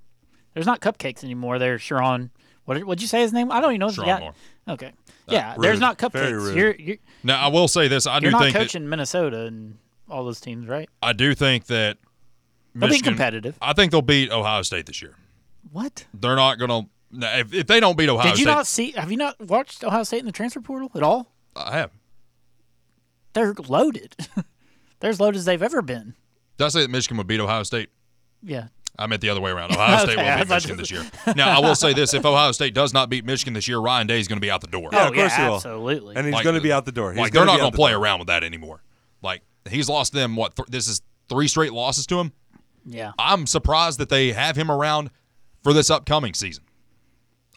[SPEAKER 3] There's not cupcakes anymore. There's Sharon. What did what'd you say his name? I don't even know. this
[SPEAKER 1] Sharon
[SPEAKER 3] guy.
[SPEAKER 1] Moore.
[SPEAKER 3] Okay. Yeah,
[SPEAKER 2] rude.
[SPEAKER 3] there's not
[SPEAKER 2] Very
[SPEAKER 3] cupcakes.
[SPEAKER 2] rude.
[SPEAKER 3] You're, you're
[SPEAKER 1] Now I will say this: I
[SPEAKER 3] you're
[SPEAKER 1] do
[SPEAKER 3] not
[SPEAKER 1] think
[SPEAKER 3] coaching Minnesota and all those teams, right?
[SPEAKER 1] that I do think that
[SPEAKER 3] They'll be
[SPEAKER 1] Michigan-
[SPEAKER 3] competitive.
[SPEAKER 1] I think they'll beat Ohio State this year.
[SPEAKER 3] What?
[SPEAKER 1] They're not gonna no, if, if they don't beat Ohio
[SPEAKER 3] Did you
[SPEAKER 1] State.
[SPEAKER 3] not see? Have you not watched Ohio State in the transfer portal at all?
[SPEAKER 1] I have.
[SPEAKER 3] They're loaded. They're as loaded as they've ever been.
[SPEAKER 1] Did I say that Michigan would beat Ohio State?
[SPEAKER 3] Yeah.
[SPEAKER 1] I meant the other way around. Ohio State
[SPEAKER 3] Okay, I
[SPEAKER 1] will
[SPEAKER 3] was
[SPEAKER 1] beat
[SPEAKER 3] about
[SPEAKER 1] Michigan
[SPEAKER 3] to
[SPEAKER 1] this year. Now I will say this: if Ohio State does not beat Michigan this year, Ryan Day is going to be out the door.
[SPEAKER 2] Yeah,
[SPEAKER 3] oh
[SPEAKER 2] of course
[SPEAKER 3] yeah,
[SPEAKER 2] he will.
[SPEAKER 3] absolutely.
[SPEAKER 2] and he's
[SPEAKER 1] Like,
[SPEAKER 2] going to be out the door. He's
[SPEAKER 1] like they're
[SPEAKER 2] gonna
[SPEAKER 1] not
[SPEAKER 2] be out
[SPEAKER 1] going
[SPEAKER 2] the
[SPEAKER 1] to play
[SPEAKER 2] door.
[SPEAKER 1] around with that anymore. Like he's lost them. What th- this is three straight losses to him.
[SPEAKER 3] yeah.
[SPEAKER 1] I'm surprised that they have him around for this upcoming season.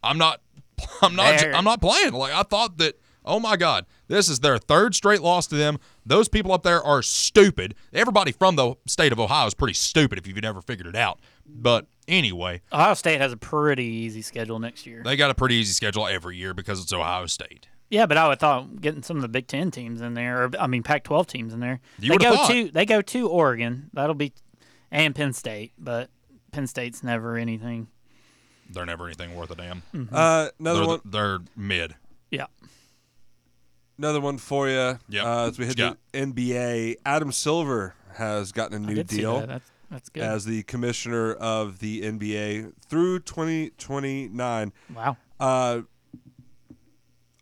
[SPEAKER 1] I'm not. I'm not.
[SPEAKER 3] There.
[SPEAKER 1] I'm not playing. Like I thought that. Oh my God, this is their third straight loss to them. Those people up there are stupid. Everybody from the state of Ohio is pretty stupid if you've never figured it out. But anyway,
[SPEAKER 3] Ohio State has a pretty easy schedule next year.
[SPEAKER 1] they got a pretty easy schedule every year because it's Ohio State.
[SPEAKER 3] Yeah, but I would thought getting some of the Big Ten teams in there, or I mean Pac-12 teams in there.
[SPEAKER 1] You
[SPEAKER 3] they
[SPEAKER 1] would've
[SPEAKER 3] go
[SPEAKER 1] thought.
[SPEAKER 3] to they go to Oregon. That'll be and Penn State, but Penn State's never anything.
[SPEAKER 1] They're never anything worth a damn.
[SPEAKER 2] Uh, another
[SPEAKER 1] They're,
[SPEAKER 2] one.
[SPEAKER 1] the- they're mid.
[SPEAKER 3] Yeah,
[SPEAKER 2] Another one for you.
[SPEAKER 1] Yep.
[SPEAKER 2] Uh, as we hit
[SPEAKER 1] Yeah.
[SPEAKER 2] the NBA, Adam Silver has gotten a new
[SPEAKER 3] I did see
[SPEAKER 2] deal.
[SPEAKER 3] that. That's that's good.
[SPEAKER 2] As the commissioner of the NBA through 2029,
[SPEAKER 3] wow.
[SPEAKER 2] Uh,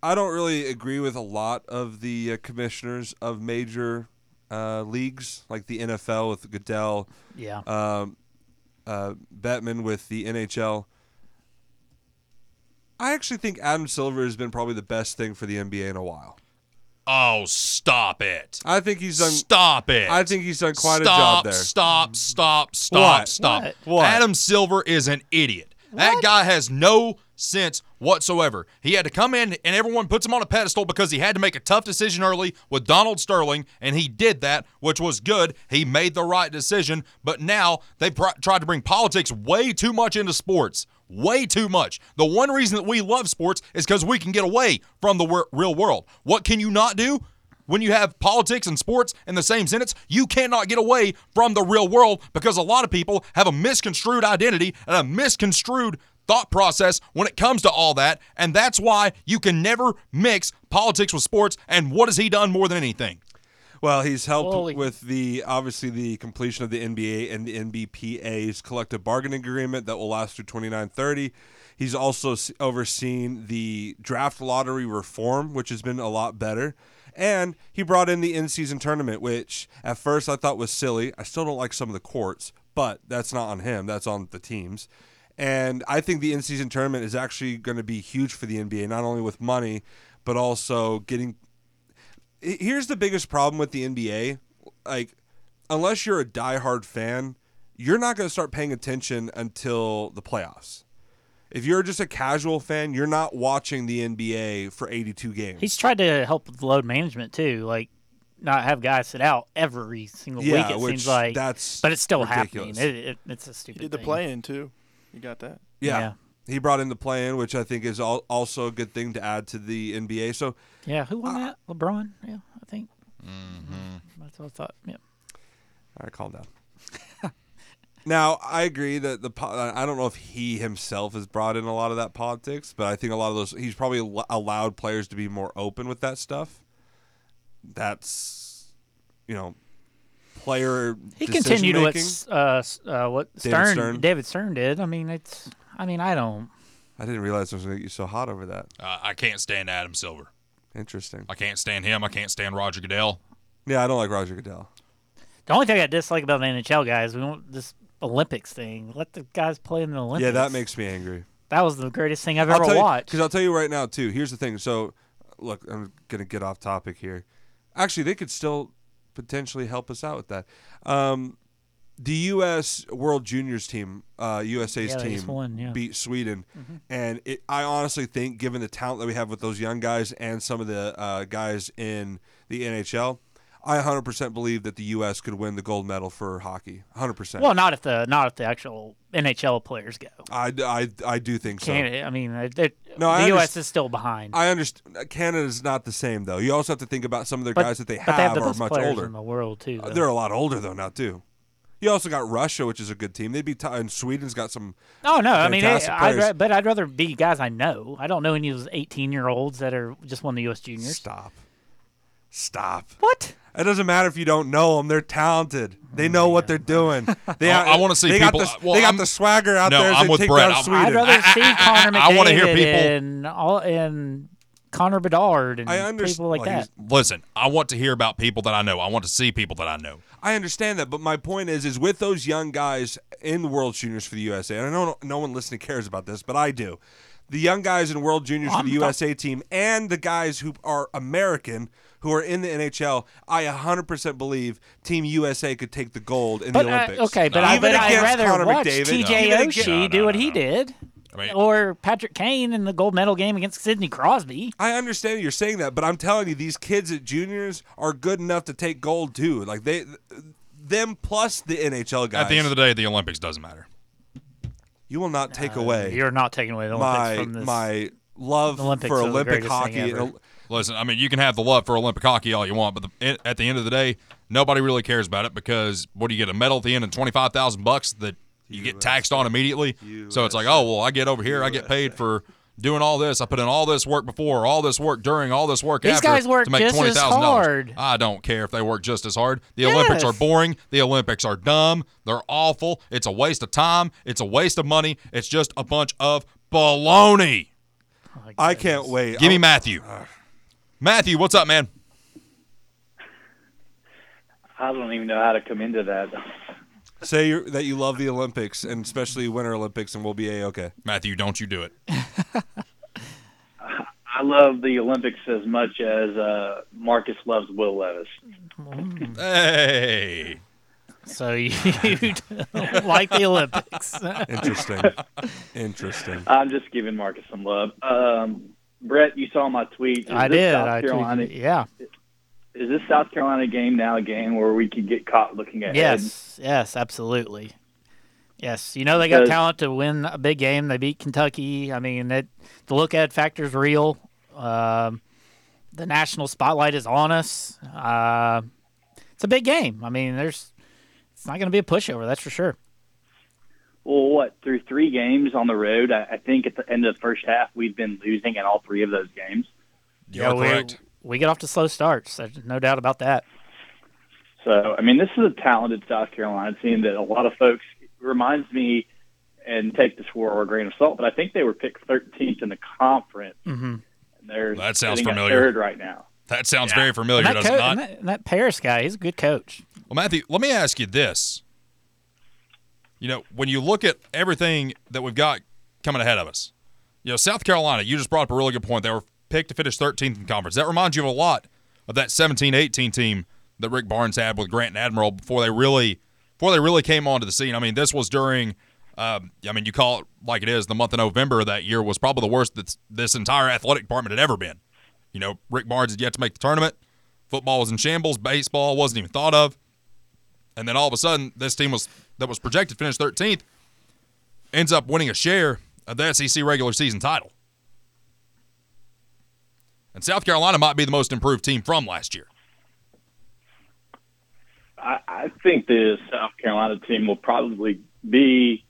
[SPEAKER 2] I don't really agree with a lot of the uh, commissioners of major uh, leagues, like the NFL with Goodell,
[SPEAKER 3] Yeah.
[SPEAKER 2] um, uh, Bettman with the NHL. I actually think Adam Silver has been probably the best thing for the NBA in a while.
[SPEAKER 1] Oh, stop it.
[SPEAKER 2] I think he's done.
[SPEAKER 1] Stop it.
[SPEAKER 2] I think he's done
[SPEAKER 1] stop,
[SPEAKER 2] quite a job there.
[SPEAKER 1] Stop, stop, stop,
[SPEAKER 2] What?
[SPEAKER 1] stop.
[SPEAKER 3] What?
[SPEAKER 2] What?
[SPEAKER 1] Adam Silver is an idiot. That guy has no sense whatsoever. He had to come in and everyone puts him on a pedestal because he had to make a tough decision early with Donald Sterling, and he did that, which was good. He made the right decision, but now they pr- tried to bring politics way too much into sports. Way too much. The one reason that we love sports is because we can get away from the wor- real world. What can you not do? When you have politics and sports in the same sentence, you cannot get away from the real world because a lot of people have a misconstrued identity and a misconstrued thought process when it comes to all that. And that's why you can never mix politics with sports. And what has he done more than anything?
[SPEAKER 2] Well, he's helped
[SPEAKER 3] Holy-
[SPEAKER 2] with the obviously the completion of the NBA and the NBPA's collective bargaining agreement that will last through 2930. He's also s- overseen the draft lottery reform, which has been a lot better. And he brought in the in-season tournament, which at first I thought was silly. I still don't like some of the courts, but that's not on him. That's on the teams. And I think the in-season tournament is actually going to be huge for the NBA, not only with money, but also getting here's the biggest problem with the NBA. Like, unless you're a diehard fan, you're not going to start paying attention until the playoffs. If you're just a casual fan, you're not watching the NBA for 82 games.
[SPEAKER 3] He's tried to help with load management too, like not have guys sit out every single
[SPEAKER 2] Yeah,
[SPEAKER 3] week. It
[SPEAKER 2] which
[SPEAKER 3] seems like
[SPEAKER 2] that's
[SPEAKER 3] but it's still
[SPEAKER 2] ridiculous.
[SPEAKER 3] happening. It, it, it's a stupid.
[SPEAKER 4] He did the
[SPEAKER 3] thing.
[SPEAKER 4] play in too. You got that?
[SPEAKER 2] yeah.
[SPEAKER 3] yeah.
[SPEAKER 2] He brought in the play in, which I think is al- also a good thing to add to the NBA. So,
[SPEAKER 3] Yeah, who
[SPEAKER 2] Uh,
[SPEAKER 3] won that? LeBron. Yeah, I think.
[SPEAKER 1] Mm-hmm.
[SPEAKER 3] That's what I thought. Yeah.
[SPEAKER 2] All right, calm down. now, I agree that the po- I don't know if he himself has brought in a lot of that politics, but I think a lot of those he's probably al- allowed players to be more open with that stuff. That's you know, player.
[SPEAKER 3] He continued what
[SPEAKER 2] decision-making.
[SPEAKER 3] s- uh, s- uh, what Stern,
[SPEAKER 2] Stern.
[SPEAKER 3] David Stern did. I mean, it's. I mean, I don't.
[SPEAKER 2] I didn't realize I was going to get you so hot over that.
[SPEAKER 1] Uh, I can't stand Adam Silver.
[SPEAKER 2] Interesting.
[SPEAKER 1] I can't stand him. I can't stand Roger Goodell.
[SPEAKER 2] Yeah, I don't like Roger Goodell.
[SPEAKER 3] The only thing I dislike about the NHL guys, we want this Olympics thing. Let the guys play in the Olympics.
[SPEAKER 2] Yeah, that makes me angry.
[SPEAKER 3] That was the greatest thing I've
[SPEAKER 2] I'll
[SPEAKER 3] ever
[SPEAKER 2] tell you-
[SPEAKER 3] watched.
[SPEAKER 2] I'll tell you right now too. Here's the thing. So, look, I'm gonna get off topic here. Actually, they could still potentially help us out with that. Um, the U.S. World Juniors team, uh, USA's
[SPEAKER 3] Yeah, they just
[SPEAKER 2] team,
[SPEAKER 3] won, yeah. Mm-hmm.
[SPEAKER 2] beat Sweden, and it, I honestly think, given the talent that we have with those young guys and some of the uh, guys in the NHL, I 100% believe that the U.S. could win the gold medal for hockey. 100%.
[SPEAKER 3] well, not if the not if the actual NHL players go.
[SPEAKER 2] I, I, I do think so.
[SPEAKER 3] Can't, I mean, it, it-
[SPEAKER 2] No, I
[SPEAKER 3] the U.S.
[SPEAKER 2] underst-
[SPEAKER 3] is still behind.
[SPEAKER 2] I understand. Canada's not the same though. You also have to think about some of their
[SPEAKER 3] but,
[SPEAKER 2] guys that they
[SPEAKER 3] but
[SPEAKER 2] have,
[SPEAKER 3] they have the
[SPEAKER 2] are
[SPEAKER 3] best
[SPEAKER 2] much
[SPEAKER 3] players
[SPEAKER 2] older.
[SPEAKER 3] in the world too.
[SPEAKER 2] Uh,
[SPEAKER 3] though.
[SPEAKER 2] They're a lot older though now too. You also got Russia, which is a good team. They'd be t- and Sweden's got some.
[SPEAKER 3] Oh no, I mean,
[SPEAKER 2] fantastic
[SPEAKER 3] I, I'd
[SPEAKER 2] players.
[SPEAKER 3] ra- but I'd rather be guys I know. I don't know any of those eighteen-year-olds that are just won the U.S. Juniors.
[SPEAKER 2] Stop, stop.
[SPEAKER 3] What?
[SPEAKER 2] It doesn't matter if you don't know them. They're talented. They
[SPEAKER 3] Oh,
[SPEAKER 2] know what they're doing. They,
[SPEAKER 1] I- I wanna see
[SPEAKER 2] they
[SPEAKER 1] people-
[SPEAKER 2] Got the,
[SPEAKER 1] well,
[SPEAKER 2] they got
[SPEAKER 1] I'm-
[SPEAKER 2] the swagger out
[SPEAKER 1] No,
[SPEAKER 2] there. as
[SPEAKER 1] I'm
[SPEAKER 2] they
[SPEAKER 1] with
[SPEAKER 2] take
[SPEAKER 1] Brett.
[SPEAKER 2] down
[SPEAKER 1] I'm-
[SPEAKER 2] Sweden.
[SPEAKER 3] I'd rather see Connor
[SPEAKER 1] I- I wanna hear
[SPEAKER 3] McDavid
[SPEAKER 1] people-
[SPEAKER 3] and all and Connor Bedard and
[SPEAKER 2] I underst-
[SPEAKER 3] people like
[SPEAKER 2] well, he's-
[SPEAKER 3] that.
[SPEAKER 1] Listen, I want to hear about people that I know. I want to see people that I know.
[SPEAKER 2] I understand that, but my point is, is with those young guys in the World Juniors for the USA, and I know no one listening cares about this, but I do. The young guys in World Juniors for the USA team and the guys who are American who are in the NHL, I 100% believe Team USA could take the gold in
[SPEAKER 3] But
[SPEAKER 2] the
[SPEAKER 3] I-
[SPEAKER 2] Olympics.
[SPEAKER 3] okay, but
[SPEAKER 1] No.
[SPEAKER 3] I,
[SPEAKER 2] Even
[SPEAKER 3] but I'd
[SPEAKER 2] against
[SPEAKER 3] rather
[SPEAKER 2] Connor
[SPEAKER 3] watch
[SPEAKER 2] McDavid.
[SPEAKER 3] T.J.
[SPEAKER 2] Even against-
[SPEAKER 3] Oshie
[SPEAKER 1] No, no,
[SPEAKER 3] do what
[SPEAKER 1] no,
[SPEAKER 3] he
[SPEAKER 1] no.
[SPEAKER 3] did,
[SPEAKER 1] I mean-
[SPEAKER 3] or Patrick Kane in the gold medal game against Sidney Crosby.
[SPEAKER 2] I understand you're saying that, but I'm telling you, these kids at juniors are good enough to take gold too. Like they, them plus the NHL guys.
[SPEAKER 1] At the end of the day, the Olympics doesn't matter.
[SPEAKER 2] you will not take away
[SPEAKER 3] You're not taking away the Olympics
[SPEAKER 2] my
[SPEAKER 3] from this.
[SPEAKER 2] my love
[SPEAKER 3] Olympics
[SPEAKER 2] for
[SPEAKER 3] are the
[SPEAKER 2] Olympic
[SPEAKER 3] greatest thing
[SPEAKER 2] hockey. and
[SPEAKER 3] ever.
[SPEAKER 2] Ol-
[SPEAKER 1] Listen, I mean, you can have the love for Olympic hockey all you want, but the, at the end of the day, nobody really cares about it because what do you get a medal at the end and twenty five thousand bucks that you get taxed on immediately? So it's like, oh well, I get over here, I get paid for doing all this. I put in all this work before, all this work during, all this work
[SPEAKER 3] These
[SPEAKER 1] after
[SPEAKER 3] guys work
[SPEAKER 1] to make
[SPEAKER 3] just as
[SPEAKER 1] twenty thousand dollars.
[SPEAKER 3] hard.
[SPEAKER 1] I don't care if they work just as hard. The Olympics are
[SPEAKER 3] Yes.
[SPEAKER 1] boring. The Olympics are dumb. They're awful. It's a waste of time. It's a waste of money. It's just a bunch of baloney.
[SPEAKER 2] I can't wait.
[SPEAKER 1] Give me
[SPEAKER 2] I'll-
[SPEAKER 1] Matthew. Matthew, what's up, man?
[SPEAKER 6] I don't even know how to come into that.
[SPEAKER 2] say you're, that you love the Olympics and especially Winter Olympics, and we'll be a okay.
[SPEAKER 1] Matthew, don't you do it.
[SPEAKER 6] I I love the Olympics as much as uh, Marcus loves Will Levis.
[SPEAKER 1] Hey,
[SPEAKER 3] So you, you don't like the Olympics.
[SPEAKER 2] Interesting. Interesting.
[SPEAKER 6] I'm just giving Marcus some love. Um, Brett, you saw my tweet. Is
[SPEAKER 3] I
[SPEAKER 6] this
[SPEAKER 3] did.
[SPEAKER 6] South
[SPEAKER 3] I
[SPEAKER 6] Carolina,
[SPEAKER 3] tweeted, yeah.
[SPEAKER 6] is this South Carolina game now a game where we could get caught looking ahead?
[SPEAKER 3] Yes. Yes. Absolutely. Yes. You know they got
[SPEAKER 6] Because-
[SPEAKER 3] talent to win a big game. They beat Kentucky. I mean, that the look at factor's real. Um, the national spotlight is on us. Uh, it's a big game. I mean, there's. It's not going to be a pushover. That's for sure.
[SPEAKER 6] Well, what through three games on the road, I, I think at the end of the first half we've been losing in all three of those games.
[SPEAKER 1] you're
[SPEAKER 3] we,
[SPEAKER 1] correct.
[SPEAKER 3] We get off to slow starts. There's no doubt about that.
[SPEAKER 6] So, I mean, this is a talented South Carolina team that a lot of folks reminds me and take this for a grain of salt, but I think they were picked 13th in the conference.
[SPEAKER 3] Mm-hmm.
[SPEAKER 6] And they're
[SPEAKER 1] That sounds
[SPEAKER 6] sitting at
[SPEAKER 1] familiar.
[SPEAKER 6] Third right now.
[SPEAKER 1] That sounds very familiar,
[SPEAKER 3] And that,
[SPEAKER 1] does
[SPEAKER 3] co-
[SPEAKER 1] it not?
[SPEAKER 3] and that, and that Paris guy, he's a good coach.
[SPEAKER 1] Well, Matthew, let me ask you this. You know, when you look at everything that we've got coming ahead of us, you know, South Carolina, you just brought up a really good point. They were picked to finish 13th in conference. That reminds you of a lot of that 17-18 team that Rick Barnes had with Grant and Admiral before they really before they really came onto the scene. I mean, this was during um, I mean, you call it like it is, the month of November of that year was probably the worst that this entire athletic department had ever been. You know, Rick Barnes had yet to make the tournament. Football was in shambles, baseball wasn't even thought of and then all of a sudden this team was that was projected to finish 13th ends up winning a share of the SEC regular season title. And South Carolina might be the most improved team from last year.
[SPEAKER 6] I, I think the South Carolina team will probably be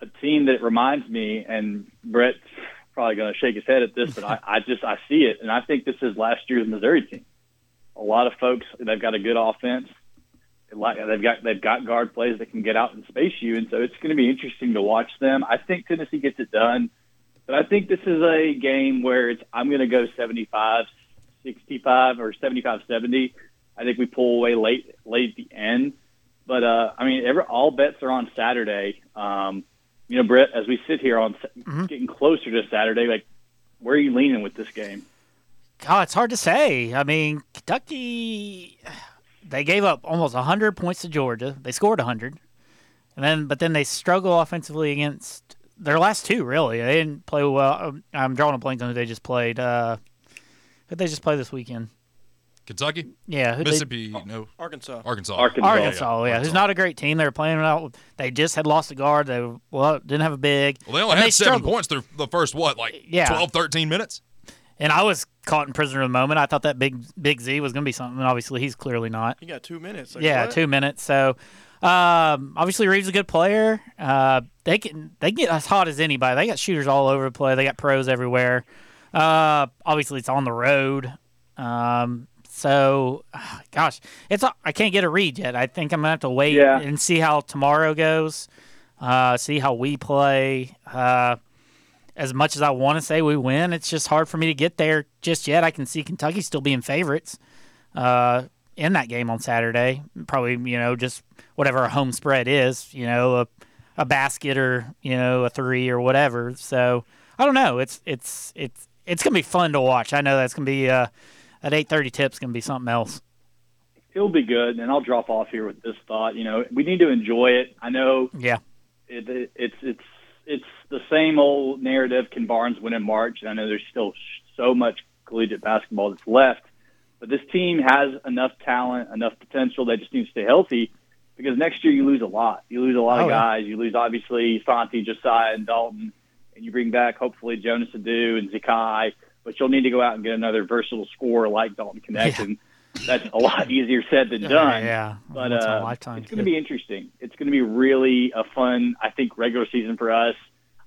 [SPEAKER 6] a team that reminds me, and Brett's probably going to shake his head at this, but I, I just I see it, and I think this is last year's Missouri team. A lot of folks they've got a good offense. They like- They've got they've got guard plays that can get out and space you, and so it's going to be interesting to watch them. I think Tennessee gets it done, but I think this is a game where it's I'm going to go 75, 65, or 75, 70. I think we pull away late late at the end. But uh, I mean, every, all bets are on Saturday. Um, you know, Brett, as we sit here on Sa- getting closer to Saturday, like where are you leaning with this game?
[SPEAKER 3] God, Oh, it's hard to say. I mean, Kentucky, they gave up almost 100 points to Georgia. They scored 100. And then, but then they struggle offensively against their last two, really. They didn't play well. Um, I'm drawing a blank on who they just played. Uh, who they just play this weekend?
[SPEAKER 1] Kentucky,
[SPEAKER 3] Yeah, who they,
[SPEAKER 1] Mississippi, Oh, no,
[SPEAKER 4] Arkansas.
[SPEAKER 1] Arkansas.
[SPEAKER 6] Arkansas.
[SPEAKER 3] Arkansas, yeah, who's not a great team. They were playing without. They just had lost a guard. They well didn't have a big.
[SPEAKER 1] Well, they only
[SPEAKER 3] and
[SPEAKER 1] had
[SPEAKER 3] they
[SPEAKER 1] seven
[SPEAKER 3] struggled.
[SPEAKER 1] points through the first what, like
[SPEAKER 3] Yeah.
[SPEAKER 1] 12, 13 minutes.
[SPEAKER 3] And I was caught in prisoner of the moment. I thought that big Big Z was going to be something. And obviously, he's clearly not.
[SPEAKER 4] You got two minutes. Like,
[SPEAKER 3] yeah,
[SPEAKER 4] what?
[SPEAKER 3] two minutes. So um, obviously Reeves is a good player. Uh, they can they can get as hot as anybody. They got shooters all over the play. They got pros everywhere. Uh, obviously it's on the road. Um, so ah, gosh, it's a- I can't get a read yet. I think I'm gonna have to wait
[SPEAKER 6] Yeah.
[SPEAKER 3] and see how tomorrow goes. Uh, see how we play. Uh, as much as I want to say we win, it's just hard for me to get there just yet. I can see Kentucky still being favorites uh, in that game on Saturday. Probably, you know, just whatever a home spread is, you know, a, a basket or you know a three or whatever. So I don't know. It's it's it's it's gonna be fun to watch. I know that's gonna be uh, at eight thirty tip's gonna be something else.
[SPEAKER 6] It'll be good, and I'll drop off here with this thought. You know, we need to enjoy it. I know
[SPEAKER 3] Yeah,
[SPEAKER 6] it, it, it's it's it's the same old narrative. Can Barnes win in March? And I know there's still sh- so much collegiate basketball that's left, but this team has enough talent, enough potential. They just need to stay healthy because next year you lose a lot. You lose a lot
[SPEAKER 3] Oh,
[SPEAKER 6] of
[SPEAKER 3] yeah.
[SPEAKER 6] guys. You lose obviously Santi, Josiah, and Dalton, and you bring back hopefully Jonas Adu and Zakai. But you'll need to go out and get another versatile scorer like Dalton Connecton. That's a lot easier said than done.
[SPEAKER 3] yeah. Once in
[SPEAKER 6] But
[SPEAKER 3] a
[SPEAKER 6] uh, it's
[SPEAKER 3] lifetime
[SPEAKER 6] going to be interesting. It's going to be really a fun, I think, regular season for us.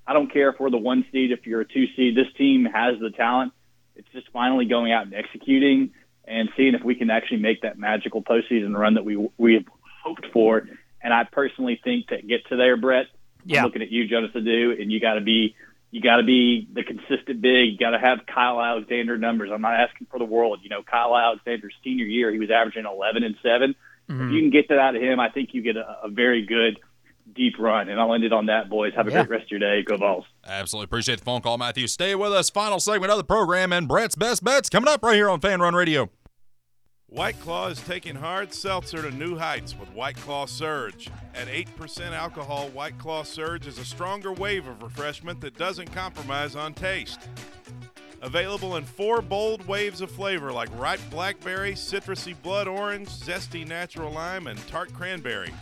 [SPEAKER 6] I don't care if we're the one seed, if you're a two seed. This team has the talent. It's just finally going out and executing and seeing if we can actually make that magical postseason run that we we have hoped for. And I personally think to get to there, Brett,
[SPEAKER 3] Yeah.
[SPEAKER 6] I'm looking at you, Jonas Adu, and you got to be you got to be the consistent big. You got to have Kyle Alexander numbers. I'm not asking for the world. You know, Kyle Alexander's senior
[SPEAKER 3] Mm-hmm.
[SPEAKER 6] year, he was averaging 11 and 7. If you can get that out of him, I think you get a, a very good deep run. And I'll end it on that, boys. Have a
[SPEAKER 3] Yeah.
[SPEAKER 6] great rest of your day. Go balls.
[SPEAKER 1] Absolutely appreciate the phone call, Matthew. Stay with us. Final segment of the program and Brett's best bets coming up right here on Fan Run Radio.
[SPEAKER 7] White Claw is taking hard seltzer to new heights with White Claw Surge. At 8% alcohol, White Claw Surge is a stronger wave of refreshment that doesn't compromise on taste. Available in four bold waves of flavor like ripe blackberry, citrusy blood orange, zesty natural lime, and tart cranberry.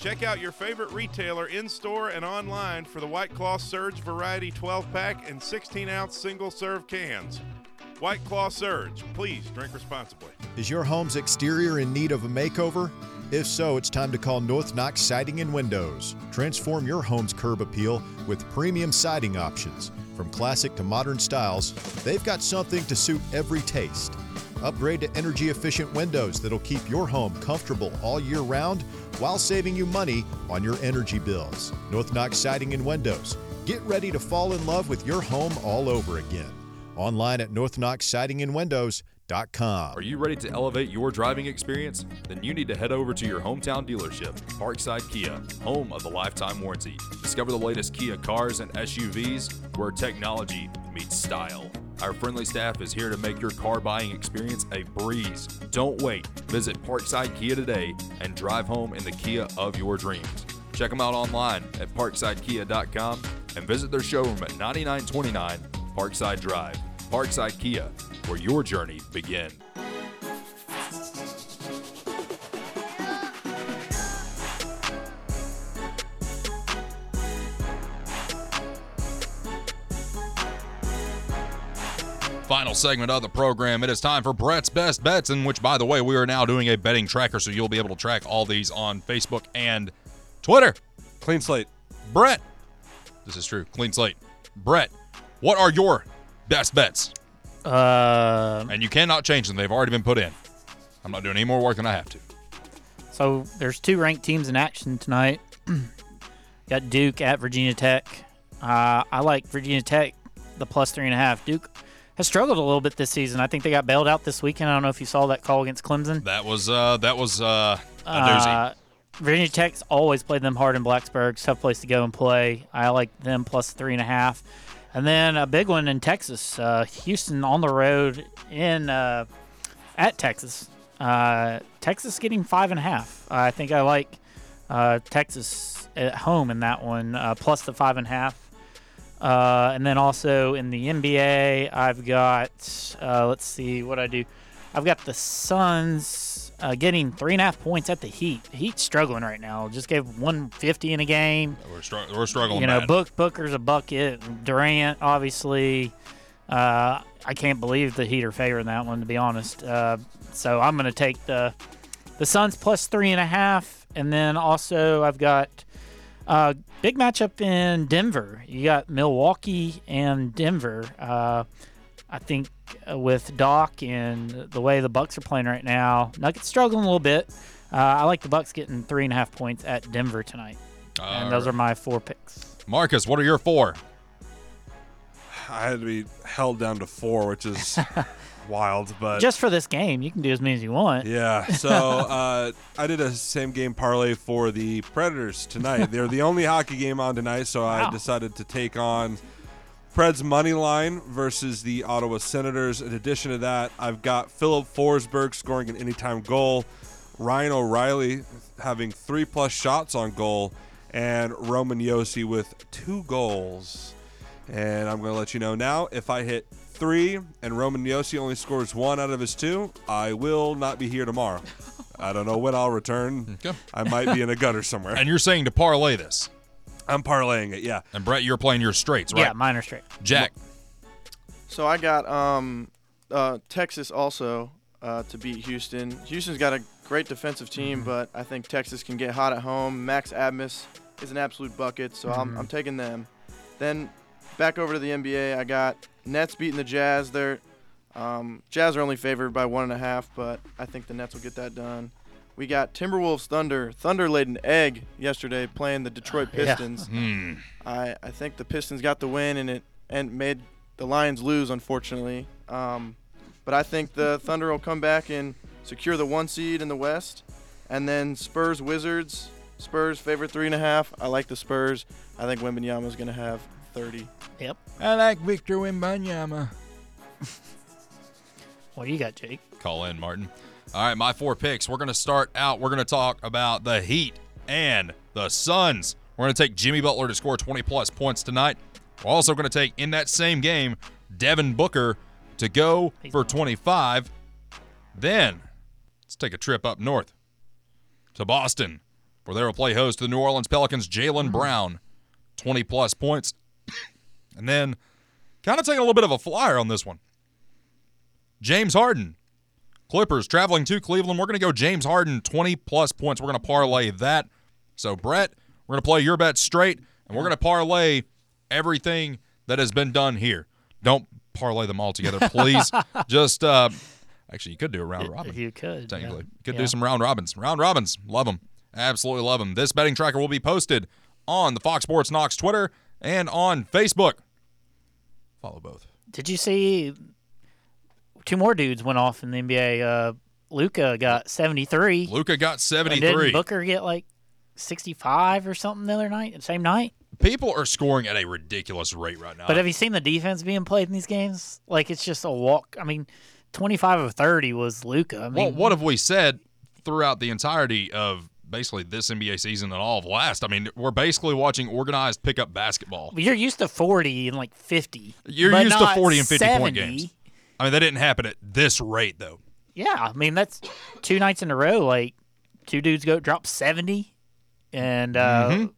[SPEAKER 7] Check out your favorite retailer in store and online for the White Claw Surge Variety 12 pack and 16 ounce single serve cans. White Claw Surge, please drink responsibly.
[SPEAKER 8] Is your home's exterior in need of a makeover? If so, it's time to call North Knox Siding and Windows. Transform your home's curb appeal with premium siding options. From classic to modern styles, they've got something to suit every taste. Upgrade to energy efficient windows that'll keep your home comfortable all year round while saving you money on your energy bills. North Knox Siding and Windows. Get ready to fall in love with your home all over again. Online at northknoxsidingandwindows.com.
[SPEAKER 1] Are you ready to elevate your driving experience? Then you need to head over to your hometown dealership, Parkside Kia, home of the lifetime warranty. Discover the latest Kia cars and SUVs where technology meets style. Our friendly staff is here to make your car buying experience a breeze. Don't wait. Visit Parkside Kia today and drive home in the Kia of your dreams. Check them out online at parksidekia.com and visit their showroom at 9929 Parkside Drive. Parkside Kia, where your journey begins. Final segment of the program. It is time for Brett's Best Bets, in which, by the way, we are now doing a betting tracker, so you'll be able to track all these on Facebook and Twitter.
[SPEAKER 2] Clean slate.
[SPEAKER 1] Brett, this is true. Clean slate. Brett, what are your best bets?
[SPEAKER 3] Uh,
[SPEAKER 1] And you cannot change them. They've already been put in. I'm not doing any more work than I have to.
[SPEAKER 3] so there's two ranked teams in action tonight. Got Duke at Virginia Tech. Uh, I like Virginia Tech, the plus three and a half. Duke has struggled a little bit this season. I think they got bailed out this weekend. I don't know if you saw that call against Clemson.
[SPEAKER 1] That was uh that was uh a doozy.
[SPEAKER 3] Uh, Virginia Tech's always played them hard in Blacksburg. Tough place to go and play. I like them plus three and a half. And then a big one in Texas, uh, Houston on the road in uh, at Texas. Uh, Texas getting five and a half. I think I like uh, Texas at home in that one, uh, plus the five and a half. Uh, and then also in the NBA, I've got, uh, let's see what I do. I've got the Suns uh, getting three and a half points at the Heat. Heat struggling right now. Just gave 150 in a game.
[SPEAKER 1] we're, str- we're struggling.
[SPEAKER 3] you know,
[SPEAKER 1] bad.
[SPEAKER 3] Book Booker's a bucket. Durant, obviously. Uh, I can't believe the Heat are favoring that one, to be honest. Uh, so I'm going to take the the Suns plus three and a half, and then also I've got uh, big matchup in Denver. You got Milwaukee and Denver. Uh, I think uh, with Doc and the way the Bucks are playing right now, Nuggets struggling a little bit. Uh, I like the Bucks getting three and a half points at Denver tonight, and those are my four picks.
[SPEAKER 1] Marcus, what are your four?
[SPEAKER 2] I had to be held down to four, which is wild, but
[SPEAKER 3] Just for this game, you can do as many as you want.
[SPEAKER 2] yeah. So uh, I did a same game parlay for the Predators tonight. They're the only hockey game on tonight, so I
[SPEAKER 3] Wow.
[SPEAKER 2] decided to take on Preds money line versus the Ottawa Senators. In addition to that, I've got Philip Forsberg scoring an anytime goal, Ryan O'Reilly having three plus shots on goal, and Roman Yossi with two goals. And I'm going to let you know now if I hit three and Roman Yossi only scores one out of his two, I will not be here tomorrow. I don't know when I'll return.
[SPEAKER 1] Okay.
[SPEAKER 2] I might be in a gutter somewhere.
[SPEAKER 1] And you're saying to parlay this.
[SPEAKER 2] I'm parlaying it, yeah.
[SPEAKER 1] And Brett, you're playing your straights, right?
[SPEAKER 3] Yeah, minor straight.
[SPEAKER 1] Jack,
[SPEAKER 4] So I got um, uh, Texas also uh, to beat Houston. Houston's got a great defensive team, but I think Texas can get hot at home. Max Abmus is an absolute bucket, so I'm, I'm taking them. Then back over to the NBA, I got Nets beating the Jazz. They're um, Jazz are only favored by one and a half, but I think the Nets will get that done. We got Timberwolves Thunder. Thunder laid an egg yesterday playing the Detroit
[SPEAKER 3] Yeah.
[SPEAKER 4] Pistons. I, I think the Pistons got the win and it and made the Lions lose, unfortunately. Um, but I think the Thunder will come back and secure the one seed in the West, and then Spurs Wizards. Spurs favorite three and a half. I like the Spurs. I think Wembenyama's going to have 30.
[SPEAKER 3] Yep.
[SPEAKER 1] I like Victor Wimbanyama.
[SPEAKER 3] What do you got, Jake?
[SPEAKER 1] Call in, Martin. All right, my four picks. We're going to start out. We're going to talk about the Heat and the Suns. We're going to take Jimmy Butler to score 20 plus points tonight. We're also going to take in that same game Devin Booker to go
[SPEAKER 3] He's
[SPEAKER 1] for
[SPEAKER 3] not.
[SPEAKER 1] 25. Then let's take a trip up north to Boston, where they will play host to the New Orleans Pelicans,
[SPEAKER 3] Mm.
[SPEAKER 1] Jalen Brown, 20 plus points. and then kind of taking a little bit of a flyer on this one. James Harden, Clippers traveling to Cleveland. We're going to go James Harden, 20 plus points. We're going to parlay that. So, Brett, we're going to play your bet straight, and we're going to parlay everything that has been done here. Don't parlay them all together, please. Just, uh, actually, you could do a round robin
[SPEAKER 3] If you could. yeah.
[SPEAKER 1] technically. Could
[SPEAKER 3] Yeah.
[SPEAKER 1] do some round robins. Round robins, love them. Absolutely love them. This betting tracker will be posted on the Fox Sports Knox Twitter and on Facebook. Follow both.
[SPEAKER 3] Did you see two more dudes went off in the NBA? Uh, Luca got 73.
[SPEAKER 1] Luca got
[SPEAKER 3] and
[SPEAKER 1] 73.
[SPEAKER 3] Didn't Booker get like 65 or something the other night, the same night?
[SPEAKER 1] People are scoring at a ridiculous rate right now.
[SPEAKER 3] But have you seen the defense being played in these games? Like it's just a walk. I mean, twenty-five of thirty was Luca. I mean,
[SPEAKER 1] well, what have we said throughout the entirety of basically this NBA season and all of last? I mean, we're basically watching organized pickup basketball.
[SPEAKER 3] you're used to forty and like fifty.
[SPEAKER 1] You're
[SPEAKER 3] but
[SPEAKER 1] used to
[SPEAKER 3] not
[SPEAKER 1] 40 and 50 point
[SPEAKER 3] 70.
[SPEAKER 1] games. I mean, that didn't happen at this rate, though.
[SPEAKER 3] Yeah, I mean that's two nights in a row. Like two dudes go drop seventy, and uh,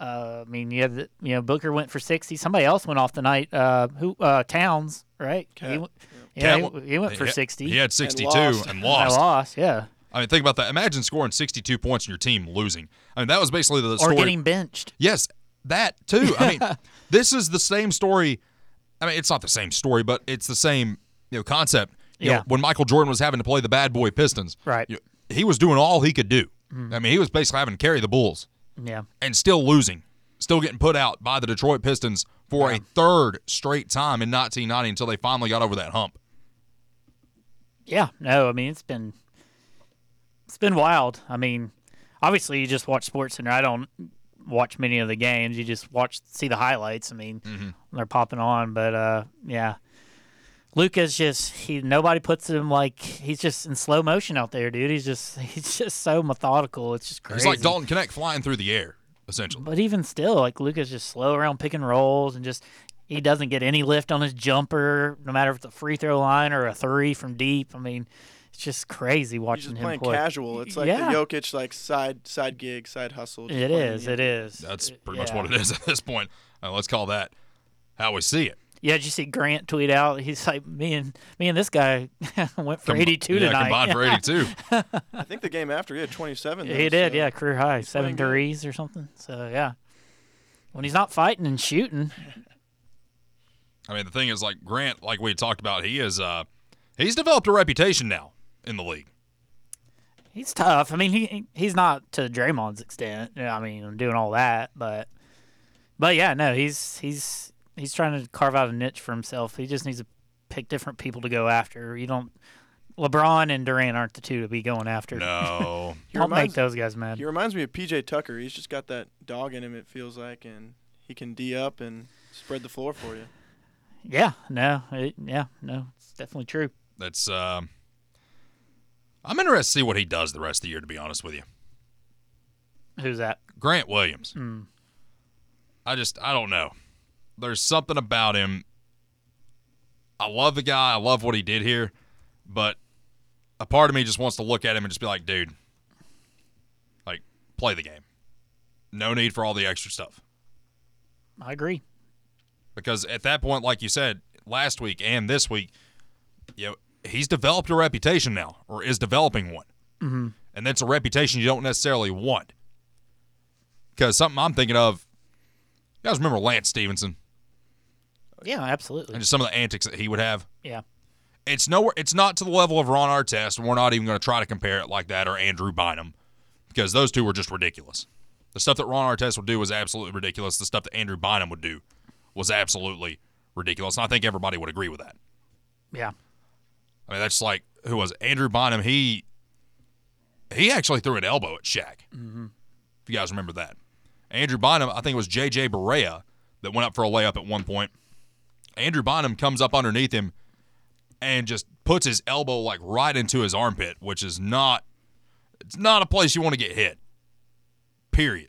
[SPEAKER 3] uh, I mean you have the, you know Booker went for sixty. Somebody else went off tonight. Uh, who uh, Towns right? He
[SPEAKER 4] Cat.
[SPEAKER 3] went- yeah,
[SPEAKER 1] Cat-
[SPEAKER 3] he, he went for
[SPEAKER 1] he-
[SPEAKER 3] sixty.
[SPEAKER 1] He had 62
[SPEAKER 4] lost.
[SPEAKER 1] and
[SPEAKER 3] I
[SPEAKER 1] lost.
[SPEAKER 3] lost. Yeah,
[SPEAKER 1] I mean, think about that. Imagine scoring 62 points and your team losing. I mean, that was basically the
[SPEAKER 3] or
[SPEAKER 1] story.
[SPEAKER 3] getting benched.
[SPEAKER 1] yes, that too. I mean, this is the same story. I mean, it's not the same story, but it's the same you know concept. You
[SPEAKER 3] Yeah.
[SPEAKER 1] know, when Michael Jordan was having to play the bad boy Pistons,
[SPEAKER 3] Right. Mm-hmm.
[SPEAKER 1] you- he was doing all he could do. I mean, he was basically having to carry the Bulls
[SPEAKER 3] Yeah.
[SPEAKER 1] and still losing, still getting put out by the Detroit Pistons for a third straight time in 1990 until they finally got over that hump.
[SPEAKER 3] Yeah, no, I mean it's been it's been wild. I mean, obviously you just watch Sports Center. I don't watch many of the games. You just watch see the highlights. I mean, when they're popping on, but uh, yeah. Luca's just he nobody puts him like he's just in slow motion out there, dude. He's just he's just so methodical. It's just crazy.
[SPEAKER 1] It's like Dalton Connect flying through the air, essentially.
[SPEAKER 3] But even still, like Luca's just slow around pick and rolls and just he doesn't get any lift on his jumper, no matter if it's a free throw line or a three from deep. I mean, it's just crazy
[SPEAKER 4] He's
[SPEAKER 3] watching
[SPEAKER 4] just
[SPEAKER 3] him
[SPEAKER 4] playing
[SPEAKER 3] play.
[SPEAKER 4] casual. It's like
[SPEAKER 3] Yeah.
[SPEAKER 4] the Jokic like side side gig, side hustle.
[SPEAKER 3] It is. It is.
[SPEAKER 1] That's
[SPEAKER 3] It-
[SPEAKER 1] pretty
[SPEAKER 3] Uh, yeah.
[SPEAKER 1] much what it is at this point. Uh, let's call that how we see it.
[SPEAKER 3] Yeah, did you see Grant tweet out? He's like, me and me and this guy went for
[SPEAKER 1] Combi-
[SPEAKER 3] 82
[SPEAKER 1] yeah,
[SPEAKER 3] tonight.
[SPEAKER 1] Combined for 82.
[SPEAKER 4] I think the game after he had 27.
[SPEAKER 3] he
[SPEAKER 4] though,
[SPEAKER 3] did.
[SPEAKER 4] so-
[SPEAKER 3] Yeah, career high, seven
[SPEAKER 4] playing good.
[SPEAKER 3] threes or something. So yeah, when he's not fighting and shooting,
[SPEAKER 1] I mean, the thing is, like Grant, like we talked about, he is uh, he's developed a reputation now in the league.
[SPEAKER 3] He's tough. I mean, he he's not to Draymond's extent. Yeah, I mean, doing all that, but but yeah, no, he's he's he's trying to carve out a niche for himself. He just needs to pick different people to go after. You don't LeBron and Durant aren't the two to be going after.
[SPEAKER 1] No,
[SPEAKER 4] He
[SPEAKER 3] Don't make
[SPEAKER 4] reminds,
[SPEAKER 3] those guys mad.
[SPEAKER 4] he reminds me of PJ Tucker. He's just got that dog in him. It feels like, and he can d up and spread the floor for you.
[SPEAKER 3] Yeah, no, it, yeah, no, it's definitely true.
[SPEAKER 1] that's um, I'm interested to see what he does the rest of the year. To be honest with you,
[SPEAKER 3] Who's that?
[SPEAKER 1] Grant Williams. I just I don't know. There's something about him. I love the guy. I love what he did here, but a part of me just wants to look at him and just be like, dude, like play the game. No need for all the extra stuff.
[SPEAKER 3] I agree.
[SPEAKER 1] Because at that point, like you said last week and this week, you know, he's developed a reputation now, or is developing one, mm-hmm. and that's a reputation you don't necessarily want. Because something I'm thinking of, you guys remember Lance Stevenson
[SPEAKER 3] Yeah, absolutely.
[SPEAKER 1] and just some of the antics that he would have.
[SPEAKER 3] yeah,
[SPEAKER 1] It's nowhere. It's not to the level of Ron Artest. and We're not even going to try to compare it like that or Andrew Bynum, because those two were just ridiculous. The stuff that Ron Artest would do was absolutely ridiculous. The stuff that Andrew Bynum would do was absolutely ridiculous, and I think everybody would agree with that.
[SPEAKER 3] yeah.
[SPEAKER 1] I mean, that's like who was it? Andrew Bynum. He he actually threw an elbow at Shaq. If you guys remember that, Andrew Bonham, I think it was J.J. Barea that went up for a layup at one point. Andrew Bonham comes up underneath him and just puts his elbow like right into his armpit, which is not it's not a place you want to get hit. Period.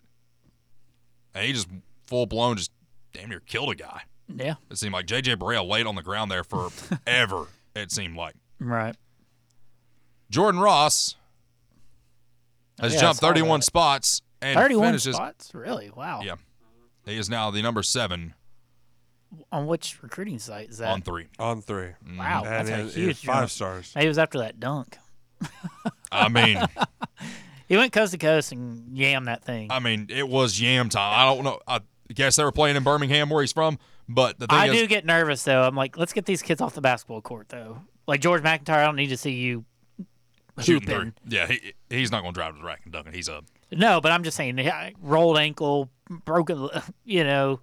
[SPEAKER 1] And he just full blown just damn near killed a guy.
[SPEAKER 3] Yeah.
[SPEAKER 1] It seemed like JJ Barea laid on the ground there for ever, it seemed like.
[SPEAKER 3] Right.
[SPEAKER 1] Jordan Ross has
[SPEAKER 3] Yeah, I
[SPEAKER 1] jumped
[SPEAKER 3] saw
[SPEAKER 1] 31
[SPEAKER 3] that.
[SPEAKER 1] spots and
[SPEAKER 3] 31
[SPEAKER 1] finishes.
[SPEAKER 3] spots? Really? Wow.
[SPEAKER 1] Yeah. He is now the number seven
[SPEAKER 3] On which recruiting site is that?
[SPEAKER 1] on three.
[SPEAKER 2] on three.
[SPEAKER 3] Wow.
[SPEAKER 2] And
[SPEAKER 3] That's a
[SPEAKER 2] it-
[SPEAKER 3] huge
[SPEAKER 2] it's five
[SPEAKER 3] jump.
[SPEAKER 2] stars.
[SPEAKER 3] He was after that dunk.
[SPEAKER 1] I mean,
[SPEAKER 3] He went coast to coast and yammed that thing.
[SPEAKER 1] I mean, it was yam time. I don't know. I guess they were playing in Birmingham where he's from, but the thing
[SPEAKER 3] I
[SPEAKER 1] is,
[SPEAKER 3] do get nervous though. I'm like, let's get these kids off the basketball court though. Like George McIntyre, I don't need to see you
[SPEAKER 1] shooting
[SPEAKER 3] hooping.
[SPEAKER 1] three. Yeah, he, he's not going to drive to the rack and dunk it. He's a
[SPEAKER 3] No, but I'm just saying, yeah, rolled ankle, broken, you know,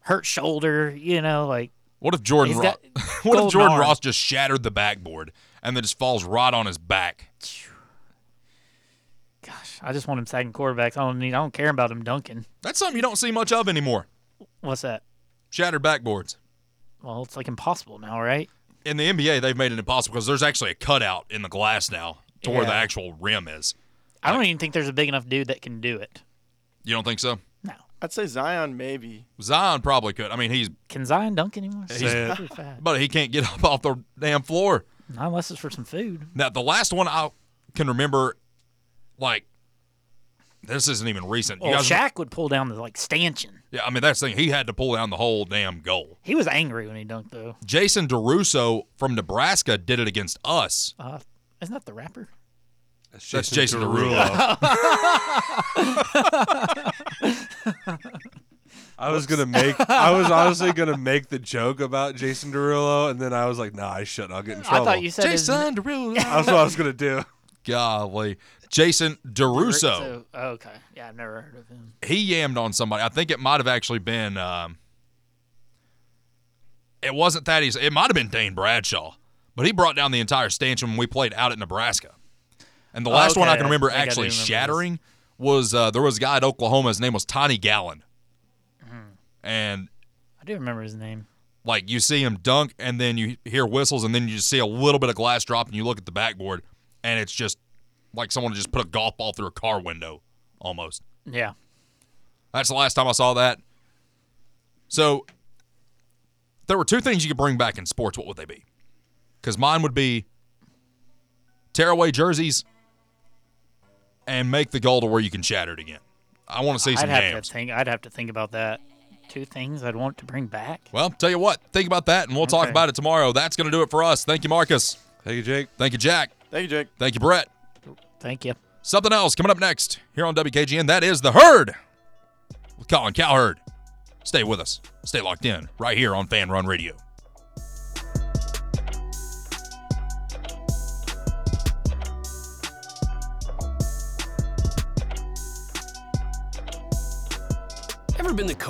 [SPEAKER 3] hurt shoulder, you know, like
[SPEAKER 1] What if Jordan?
[SPEAKER 3] He's
[SPEAKER 1] Ro-
[SPEAKER 3] got
[SPEAKER 1] what if
[SPEAKER 3] golden
[SPEAKER 1] Jordan
[SPEAKER 3] arm.
[SPEAKER 1] Ross just shattered the backboard and then just falls right on his back?
[SPEAKER 3] gosh, I just want him sagging quarterbacks. I don't need, I don't care about him dunking.
[SPEAKER 1] That's something you don't see much of anymore.
[SPEAKER 3] What's that?
[SPEAKER 1] Shattered backboards
[SPEAKER 3] Well, it's like impossible now, right?
[SPEAKER 1] in the NBA, they've made it impossible because there's actually a cutout in the glass now to where the
[SPEAKER 3] Yeah.
[SPEAKER 1] actual rim is.
[SPEAKER 3] I don't even think there's a big enough dude that can do it.
[SPEAKER 1] You don't think so?
[SPEAKER 3] No,
[SPEAKER 4] I'd say Zion maybe.
[SPEAKER 1] Zion probably could. I mean, he's
[SPEAKER 3] can Zion dunk anymore?
[SPEAKER 2] Say
[SPEAKER 3] Pretty fat.
[SPEAKER 1] but he can't get up off the damn floor.
[SPEAKER 3] Not unless it's for some food.
[SPEAKER 1] Now, the last one I can remember, like this isn't even recent.
[SPEAKER 3] Well,
[SPEAKER 1] you guys,
[SPEAKER 3] Shaq would pull down the like stanchion.
[SPEAKER 1] yeah, I mean that's the thing. He had to pull down the whole damn goal.
[SPEAKER 3] He was angry when he dunked though.
[SPEAKER 1] Jason DeRusso from Nebraska did it against us.
[SPEAKER 3] Uh, isn't that the rapper?
[SPEAKER 1] That's Jason
[SPEAKER 2] Derulo. I was gonna make. I was honestly gonna make the joke about Jason Derulo, and then I was like, "Nah, I shouldn't. I'll get in trouble."
[SPEAKER 3] I thought you said his
[SPEAKER 1] Jason Derulo.
[SPEAKER 2] That's what I was gonna do.
[SPEAKER 1] Golly. Jason DeRusso.
[SPEAKER 3] So- oh, okay. Yeah, I've never heard of him.
[SPEAKER 1] He yammed on somebody. I think it might have actually been. Um, it wasn't that easy. It might have been Dane Bradshaw, but he brought down the entire stanchion when we played out at Nebraska. And the
[SPEAKER 3] Oh,
[SPEAKER 1] last one I
[SPEAKER 3] okay.
[SPEAKER 1] can remember
[SPEAKER 3] I think I do
[SPEAKER 1] actually
[SPEAKER 3] remember this.
[SPEAKER 1] shattering was uh, there was a guy at Oklahoma. His name was Tony Gallen. And
[SPEAKER 3] I do remember his name.
[SPEAKER 1] like you see him dunk and then you hear whistles and then you just see a little bit of glass drop and you look at the backboard and it's just like someone just put a golf ball through a car window almost
[SPEAKER 3] Yeah.
[SPEAKER 1] that's the last time i saw that so there were two things you could bring back in sports what would they be because mine would be tear away jerseys and make the goal to where you can shatter it again i want to see some
[SPEAKER 3] I'd have
[SPEAKER 1] games
[SPEAKER 3] to think. I'd have to think about that. Two things I'd want to bring back.
[SPEAKER 1] well tell you what think about that and we'll talk
[SPEAKER 3] Okay.
[SPEAKER 1] about it tomorrow that's going to do it for us thank you marcus
[SPEAKER 2] Thank you, Jake.
[SPEAKER 1] thank you jack
[SPEAKER 4] Thank you, Jake.
[SPEAKER 1] Thank you, Brett.
[SPEAKER 3] Thank you.
[SPEAKER 1] Something else coming up next here on WKGN. That is The Herd with Colin Cowherd. Stay with us. Stay locked in right here on Fan Run Radio.
[SPEAKER 9] Ever been the coach?